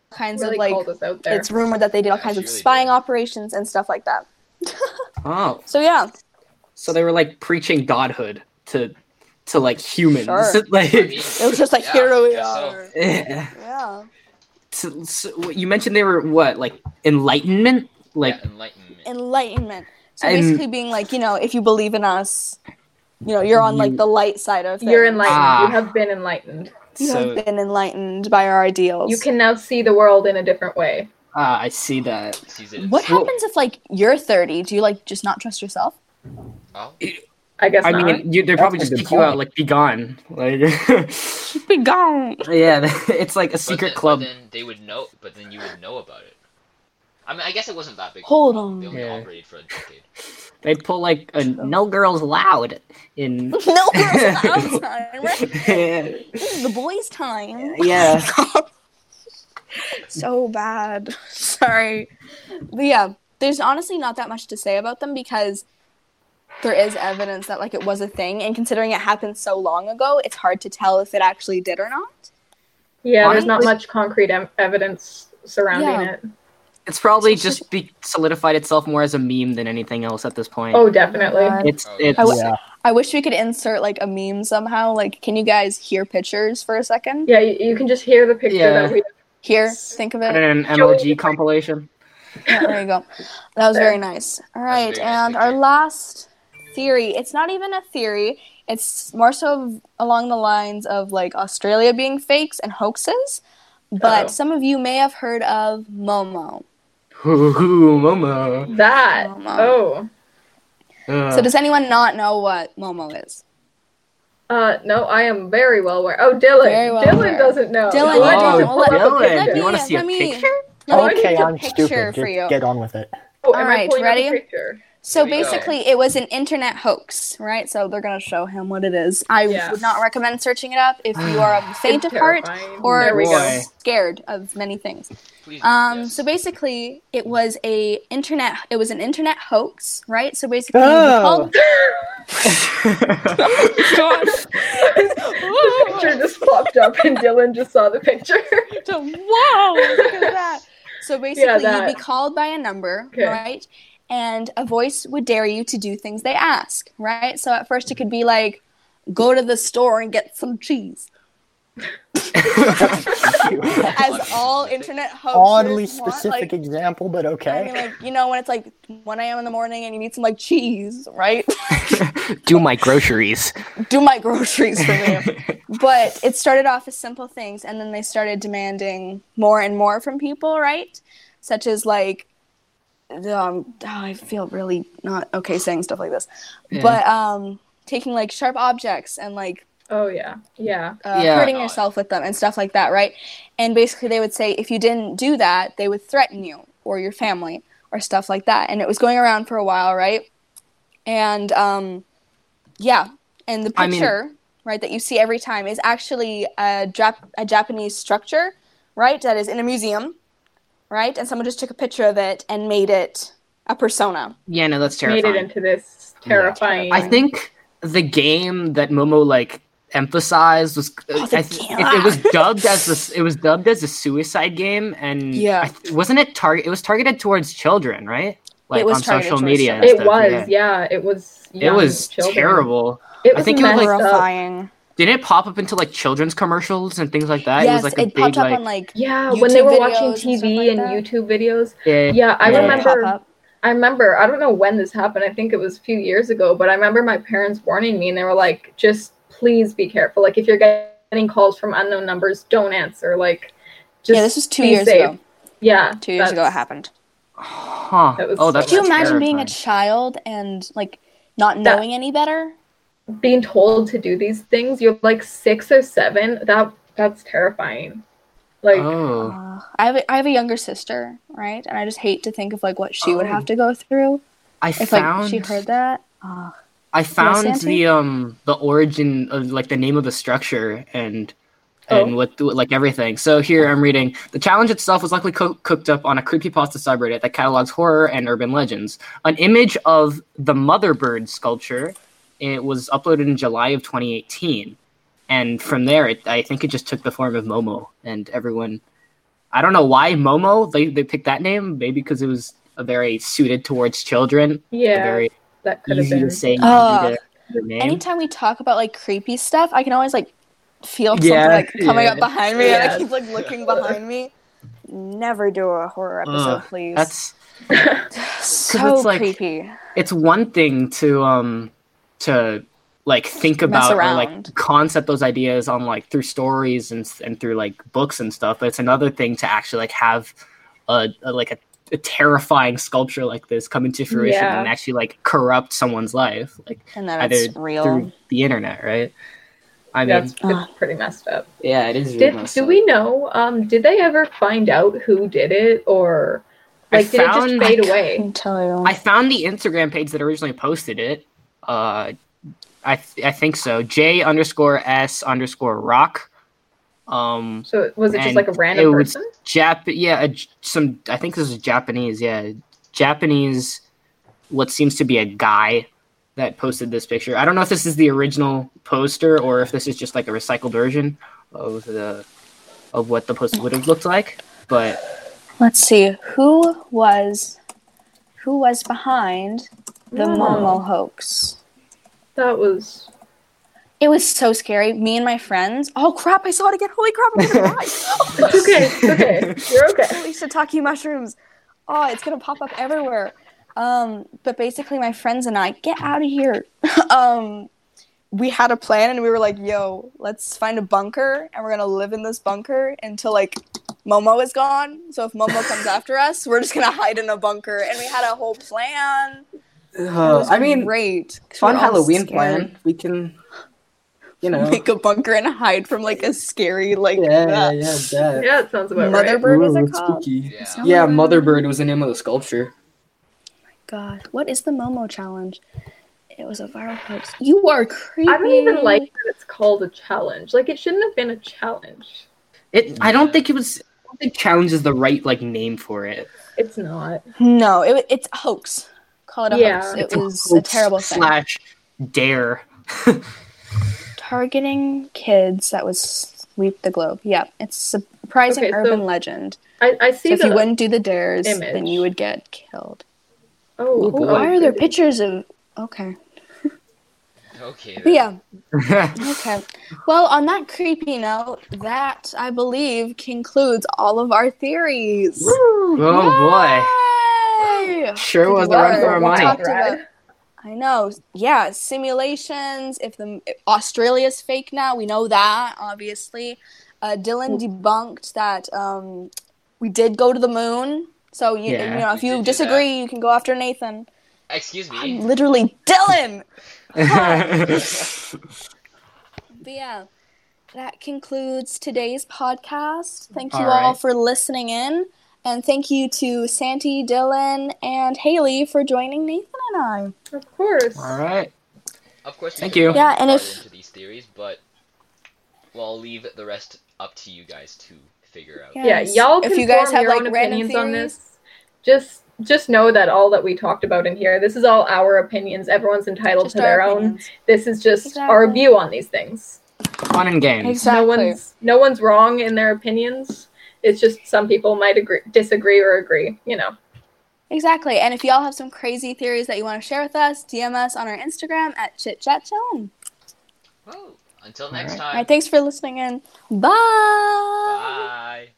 Speaker 2: kinds
Speaker 3: really
Speaker 2: of like
Speaker 3: called us out there.
Speaker 2: it's rumored that they did all
Speaker 4: Yeah,
Speaker 2: kinds
Speaker 4: she
Speaker 2: of
Speaker 4: really
Speaker 2: spying
Speaker 4: did.
Speaker 2: operations and stuff like that.
Speaker 5: Oh,
Speaker 2: So yeah,
Speaker 5: so they were like preaching godhood to, to like humans,
Speaker 2: Sure.
Speaker 4: I
Speaker 5: like. eh,
Speaker 4: mean,
Speaker 2: it was just like
Speaker 4: yeah,
Speaker 2: here we
Speaker 4: guess so.
Speaker 2: are. Yeah.
Speaker 5: So, so, what- you mentioned they were what, like enlightenment, like
Speaker 4: Yeah, enlightenment.
Speaker 2: enlightenment. So
Speaker 5: And-
Speaker 2: basically, being like, you know, if you believe in us, you know, you're on like
Speaker 5: You-
Speaker 2: the light side of things.
Speaker 3: You're enlightened.
Speaker 5: Ah.
Speaker 3: You have been enlightened.
Speaker 2: You
Speaker 5: so.
Speaker 2: have been enlightened by our ideals.
Speaker 3: You can now see the world in a different way.
Speaker 5: Ah, I see that.
Speaker 4: Sees it
Speaker 2: What
Speaker 4: as-
Speaker 5: Well-
Speaker 2: happens if like you're 30? Do you like just not trust yourself?
Speaker 4: Oh,
Speaker 3: I guess
Speaker 5: I
Speaker 3: not.
Speaker 5: mean, you, they
Speaker 7: That's
Speaker 5: probably
Speaker 7: a
Speaker 5: just
Speaker 7: good
Speaker 5: kick you out,
Speaker 7: point.
Speaker 5: like be gone. Like,
Speaker 2: Be gone.
Speaker 5: yeah, it's like a
Speaker 4: but
Speaker 5: secret
Speaker 4: then-
Speaker 5: club.
Speaker 4: But then they would know. But then you would know about it. I mean, I guess it wasn't that big. of a
Speaker 2: Hold
Speaker 4: problem. They
Speaker 2: on.
Speaker 4: only
Speaker 5: Yeah.
Speaker 4: operated for a decade.
Speaker 5: They'd pull like a no girls loud in.
Speaker 2: No, girls outside. Right?
Speaker 5: yeah.
Speaker 2: This is the boys' time.
Speaker 5: yeah.
Speaker 2: so bad. Sorry. But yeah, there's honestly not that much to say about them because there is evidence that like it was a thing and considering it happened so long ago, it's hard to tell if it actually did or not.
Speaker 3: yeah, there's not
Speaker 5: Honestly-
Speaker 3: much concrete em- evidence surrounding
Speaker 2: Yeah.
Speaker 3: it.
Speaker 5: It's probably just be- solidified itself more as a meme than anything else at this point.
Speaker 3: Oh, definitely.
Speaker 2: God.
Speaker 5: it's
Speaker 4: Oh,
Speaker 5: it's
Speaker 2: I w-
Speaker 7: Yeah.
Speaker 2: I wish we could insert like a meme somehow. Like can you guys hear pictures for a second?
Speaker 3: yeah, you, you can just hear the picture
Speaker 5: Yeah.
Speaker 3: that we.
Speaker 2: Here, think of it.
Speaker 5: put in an MLG compilation.
Speaker 2: Yeah, there you go. That was very nice. All
Speaker 4: very
Speaker 2: right,
Speaker 4: nice
Speaker 2: and
Speaker 4: picture.
Speaker 2: our last theory. It's not even a theory. It's more so of- along the lines of like Australia being fakes and hoaxes. But
Speaker 3: Oh.
Speaker 2: some of you may have heard of Momo.
Speaker 5: Hoo hoo, Momo.
Speaker 3: That.
Speaker 2: Momo.
Speaker 3: Oh.
Speaker 5: Uh,
Speaker 2: So does anyone not know what Momo is?
Speaker 3: Uh, no, I am very well aware. Oh, Dylan.
Speaker 2: Very well
Speaker 3: Dylan
Speaker 2: aware.
Speaker 3: doesn't know.
Speaker 2: Dylan,
Speaker 5: oh,
Speaker 2: you don't.
Speaker 3: Dylan,
Speaker 2: Well, let-
Speaker 5: Dylan,
Speaker 3: let
Speaker 5: you
Speaker 2: me-
Speaker 5: want to see a
Speaker 2: let me-
Speaker 5: picture?
Speaker 2: Let me
Speaker 7: okay,
Speaker 2: get a
Speaker 7: I'm
Speaker 2: picture
Speaker 7: stupid.
Speaker 2: for
Speaker 7: Just
Speaker 2: you.
Speaker 7: Get on with it.
Speaker 3: Oh, am I
Speaker 2: Alright,
Speaker 3: pulling up a
Speaker 2: ready?
Speaker 3: picture?
Speaker 2: So
Speaker 4: Here we go.
Speaker 2: basically, it was an internet hoax, right? So they're gonna show him what it is. I
Speaker 3: Yeah.
Speaker 2: would not recommend searching it up if you are of the faint of
Speaker 3: It's
Speaker 2: heart
Speaker 3: terrifying.
Speaker 2: or
Speaker 3: There we go.
Speaker 5: Boy.
Speaker 2: scared of many things.
Speaker 4: Please,
Speaker 2: Um,
Speaker 4: yes.
Speaker 2: So basically, it was a internet. It was an internet hoax, right? So basically, you
Speaker 7: Oh.
Speaker 2: called-
Speaker 3: the picture just popped up, and Dylan just saw the picture.
Speaker 2: Whoa! Look at that. So basically,
Speaker 3: that.
Speaker 2: you'd be called by a number,
Speaker 3: Okay.
Speaker 2: right? And a voice would dare you to do things they ask, right? So at first, it could be like, "Go to the store and get some cheese," as
Speaker 4: Oddly
Speaker 2: all
Speaker 4: specific.
Speaker 2: internet hoaxes
Speaker 7: Oddly
Speaker 2: want,
Speaker 7: specific
Speaker 2: like-
Speaker 7: example, but
Speaker 2: I mean,
Speaker 7: okay.
Speaker 2: like you know, when it's like 1 a.m. in the morning and you need some like cheese, right?
Speaker 5: Do my groceries.
Speaker 2: do my groceries for me. but it started off as simple things, and then they started demanding more and more from people, right? Such as like, um, oh, I feel really not okay saying stuff like this,
Speaker 5: Yeah.
Speaker 2: but um, taking like sharp objects and like
Speaker 3: Oh yeah, yeah.
Speaker 2: uh,
Speaker 5: Yeah.
Speaker 2: hurting yourself with them and stuff like that, right? And basically, they would say if you didn't do that, they would threaten you or your family or stuff like that. And it was going around for a while, right? And um, yeah, and the
Speaker 5: I mean-
Speaker 2: picture right that you see every time is actually a, Jap- a Japanese structure, right? That is in a museum, right? And someone just took a picture of it and made it a persona.
Speaker 5: Yeah, no, that's
Speaker 3: Made
Speaker 5: terrifying.
Speaker 3: it into this terrifying.
Speaker 5: I think the game that Momo like emphasized was
Speaker 2: Oh, the
Speaker 5: I th-
Speaker 2: game.
Speaker 5: it, it was dubbed as this it was dubbed as a suicide game and
Speaker 2: Yeah.
Speaker 5: I th- wasn't it target it was targeted towards children right like
Speaker 2: It was
Speaker 5: on
Speaker 2: targeted
Speaker 5: social
Speaker 2: towards
Speaker 5: media and
Speaker 2: children.
Speaker 3: it
Speaker 5: stuff,
Speaker 3: was.
Speaker 5: yeah.
Speaker 3: Yeah, it was.
Speaker 5: it
Speaker 3: young
Speaker 5: was
Speaker 3: children.
Speaker 5: terrible
Speaker 3: It
Speaker 5: I
Speaker 3: was
Speaker 5: think it was, like,
Speaker 3: messed up.
Speaker 2: Horrifying.
Speaker 5: didn't it pop up into like children's commercials and things like that
Speaker 2: yes,
Speaker 5: it was like a
Speaker 2: it
Speaker 5: big
Speaker 2: popped up
Speaker 5: like
Speaker 2: on like
Speaker 3: Yeah, when they
Speaker 2: YouTube
Speaker 3: were
Speaker 2: videos
Speaker 3: watching
Speaker 2: and stuff
Speaker 3: TV
Speaker 2: like
Speaker 3: and
Speaker 2: that.
Speaker 3: YouTube videos.
Speaker 5: yeah,
Speaker 3: Yeah, I
Speaker 5: Yeah.
Speaker 2: it would
Speaker 3: remember.
Speaker 2: pop up.
Speaker 3: I remember, I don't know when this happened. I think it was a few years ago, but I remember my parents warning me and they were like, just please be careful. Like, if you're getting calls from unknown numbers, don't answer. Like, just.
Speaker 2: yeah, this was two
Speaker 3: be
Speaker 2: years
Speaker 3: safe.
Speaker 2: ago.
Speaker 3: Yeah.
Speaker 2: Two years ago, it
Speaker 3: that's-
Speaker 2: happened.
Speaker 5: huh
Speaker 3: That was
Speaker 5: oh
Speaker 3: so
Speaker 5: that's
Speaker 2: Could you
Speaker 3: That's
Speaker 2: imagine being a
Speaker 5: terrifying.
Speaker 2: child and like not
Speaker 3: That-
Speaker 2: knowing any better?
Speaker 3: Being told to do these things, you're like six or seven. That That's terrifying. Like,
Speaker 5: oh
Speaker 2: Uh, I have a, I have a younger sister, right? And I just hate to think of like what she would
Speaker 5: Oh.
Speaker 2: have to go through
Speaker 5: I
Speaker 2: if like
Speaker 5: found
Speaker 2: she heard that. Uh,
Speaker 5: I found
Speaker 2: Santi?
Speaker 5: the um the origin of like the name of the structure and and
Speaker 3: Oh.
Speaker 5: what like everything. So here I'm reading the challenge itself was likely co- cooked up on a creepypasta subreddit that catalogs horror and urban legends. An image of the mother-bird sculpture it was uploaded in July of 2018, and from there it, I think it just took the form of Momo and everyone. I don't know why Momo they they picked that name maybe because it was a very suited towards children. a
Speaker 3: yeah,
Speaker 5: very
Speaker 3: that could have
Speaker 5: easy
Speaker 3: been.
Speaker 5: to say
Speaker 2: Ah.
Speaker 5: easy to- the name.
Speaker 2: anytime we talk about like creepy stuff, I can always like feel something
Speaker 5: Yeah,
Speaker 2: like coming
Speaker 5: yeah.
Speaker 2: up behind me, and I
Speaker 3: Yeah.
Speaker 2: keep like looking behind me. Never do a horror episode,
Speaker 5: Ugh,
Speaker 2: please.
Speaker 5: That's
Speaker 2: so
Speaker 5: it's, like,
Speaker 2: creepy.
Speaker 5: it's one thing to um to like think
Speaker 2: mess
Speaker 5: about or
Speaker 2: around.
Speaker 5: like concept those ideas on like through stories and and through like books and stuff, but it's another thing to actually like have a, a like a, a terrifying sculpture like this come into fruition
Speaker 3: Yeah.
Speaker 5: and actually like corrupt someone's life like
Speaker 2: And then
Speaker 5: either
Speaker 2: it's real.
Speaker 5: through the internet, right? I mean,
Speaker 3: That's
Speaker 2: Ah.
Speaker 3: it's pretty messed up.
Speaker 5: yeah, it is.
Speaker 3: Did do we know? Um, did they ever find out who did it, or
Speaker 5: I
Speaker 3: like did it
Speaker 5: found-
Speaker 3: just fade
Speaker 2: I
Speaker 3: away?
Speaker 2: can tell you.
Speaker 5: I found the Instagram page that originally posted it. Uh, I th- I think so. J underscore S underscore Rock. Um,
Speaker 3: So was it just
Speaker 5: And
Speaker 3: like a
Speaker 5: it
Speaker 3: random
Speaker 5: was-
Speaker 3: person?
Speaker 5: Jap. Yeah, a J- some. I think this is Japanese. Yeah, Japanese. What seems to be a guy that posted this picture. I don't know if this is the original poster or if this is just like a recycled version of the of what the poster would have looked like. But
Speaker 2: Let's see who was who was behind the
Speaker 3: Hmm.
Speaker 2: Momo hoax.
Speaker 3: That was
Speaker 2: It was so scary. Me and my friends. Oh crap! I saw it again. Holy crap! I'm gonna die.
Speaker 3: It's okay. It's okay. You're okay.
Speaker 2: Holy shiitake mushrooms. Oh, it's gonna pop up everywhere. Um, but basically, my friends and I get out of here. um, we had a plan, and we were like, "Yo, let's find a bunker, and we're gonna live in this bunker until like Momo is gone. So if Momo comes after us, we're just gonna hide in a bunker." And we had a whole plan. It was great. 'cause we
Speaker 5: Uh, fun
Speaker 2: were all
Speaker 5: Halloween
Speaker 2: scared.
Speaker 5: plan. We can, you know,
Speaker 2: Make a bunker and hide from like a scary like
Speaker 5: yeah, yeah,
Speaker 2: uh,
Speaker 5: yeah, that.
Speaker 3: Yeah, that sounds about
Speaker 2: mother
Speaker 3: right.
Speaker 2: bird. Is
Speaker 5: Ooh,
Speaker 2: it
Speaker 5: it's
Speaker 2: called?
Speaker 5: spooky.
Speaker 4: Yeah.
Speaker 2: Sounds
Speaker 5: Yeah,
Speaker 2: like-
Speaker 5: Motherbird was the name of the sculpture.
Speaker 2: God, what is the Momo challenge? It was a viral post. You are creepy.
Speaker 3: I don't even like that it's called a challenge. Like it shouldn't have been a challenge.
Speaker 5: It. I don't think it was. I don't think challenge is the right like name for it.
Speaker 3: It's not.
Speaker 2: No, it, it's a hoax. Call it a
Speaker 3: Yeah.
Speaker 2: hoax.
Speaker 5: It's
Speaker 2: It was a
Speaker 5: hoax
Speaker 2: terrible thing.
Speaker 5: slash dare.
Speaker 2: Targeting kids. That was sweep the globe. Yeah, it's surprising
Speaker 3: Okay, so-
Speaker 2: urban legend.
Speaker 3: I, I
Speaker 2: So
Speaker 3: see
Speaker 2: if
Speaker 3: the.
Speaker 2: you wouldn't do the dares,
Speaker 3: image.
Speaker 2: then you would get killed.
Speaker 3: oh,
Speaker 5: Ooh,
Speaker 3: oh,
Speaker 5: boy.
Speaker 2: Why are there
Speaker 3: goodness.
Speaker 2: pictures of? Okay.
Speaker 4: Okay.
Speaker 2: But yeah.
Speaker 5: yeah,
Speaker 2: Okay. Well, on that creepy note, that I believe concludes all of our theories.
Speaker 5: Oh,
Speaker 2: Yay!
Speaker 5: Sure
Speaker 2: Good
Speaker 5: was a run
Speaker 2: work.
Speaker 5: for our
Speaker 2: We
Speaker 5: money.
Speaker 2: talked about- I know. Yeah, simulations. If the Australia's fake now, we know that obviously. Uh, Dylan debunked that um, we did go to the moon. So you,
Speaker 5: Yeah.
Speaker 2: you know, if
Speaker 4: We did
Speaker 2: you
Speaker 4: do
Speaker 2: disagree, you can go after Nathan.
Speaker 4: Excuse
Speaker 2: I'm
Speaker 4: me.
Speaker 2: literally Dylan. But yeah, that concludes today's podcast. Thank you
Speaker 5: All
Speaker 2: all
Speaker 5: right.
Speaker 2: for listening in. And thank you to Santi, Dylan, and Haley for joining Nathan and I.
Speaker 3: Of course.
Speaker 5: All right.
Speaker 4: Of course, we
Speaker 5: Thank
Speaker 4: could
Speaker 5: you.
Speaker 4: dive
Speaker 2: Yeah, and
Speaker 4: farther
Speaker 2: if-
Speaker 4: into these theories, but well, I'll leave the rest up to you guys to figure out.
Speaker 3: yeah
Speaker 2: Yes.
Speaker 3: y'all
Speaker 2: If
Speaker 3: can
Speaker 2: you guys
Speaker 3: form
Speaker 2: have,
Speaker 3: your
Speaker 2: like,
Speaker 3: own
Speaker 2: random
Speaker 3: opinions on
Speaker 2: theories.
Speaker 3: this just just know that all that we talked about in here this is all our opinions everyone's entitled
Speaker 2: Just
Speaker 3: to
Speaker 2: our
Speaker 3: their own
Speaker 2: opinions.
Speaker 3: this is just our
Speaker 2: Exactly.
Speaker 3: view on these things
Speaker 5: Fun and games.
Speaker 2: Exactly.
Speaker 3: no one's no one's wrong in their opinions it's just some people might agree disagree or agree you know
Speaker 2: Exactly. And if y'all have some crazy theories that you want to share with us, DM us on our Instagram at Chit Chat Chillin.
Speaker 4: Oh, until next
Speaker 5: right.
Speaker 2: All
Speaker 4: time.
Speaker 2: right, thanks for listening in. Bye.
Speaker 4: Bye.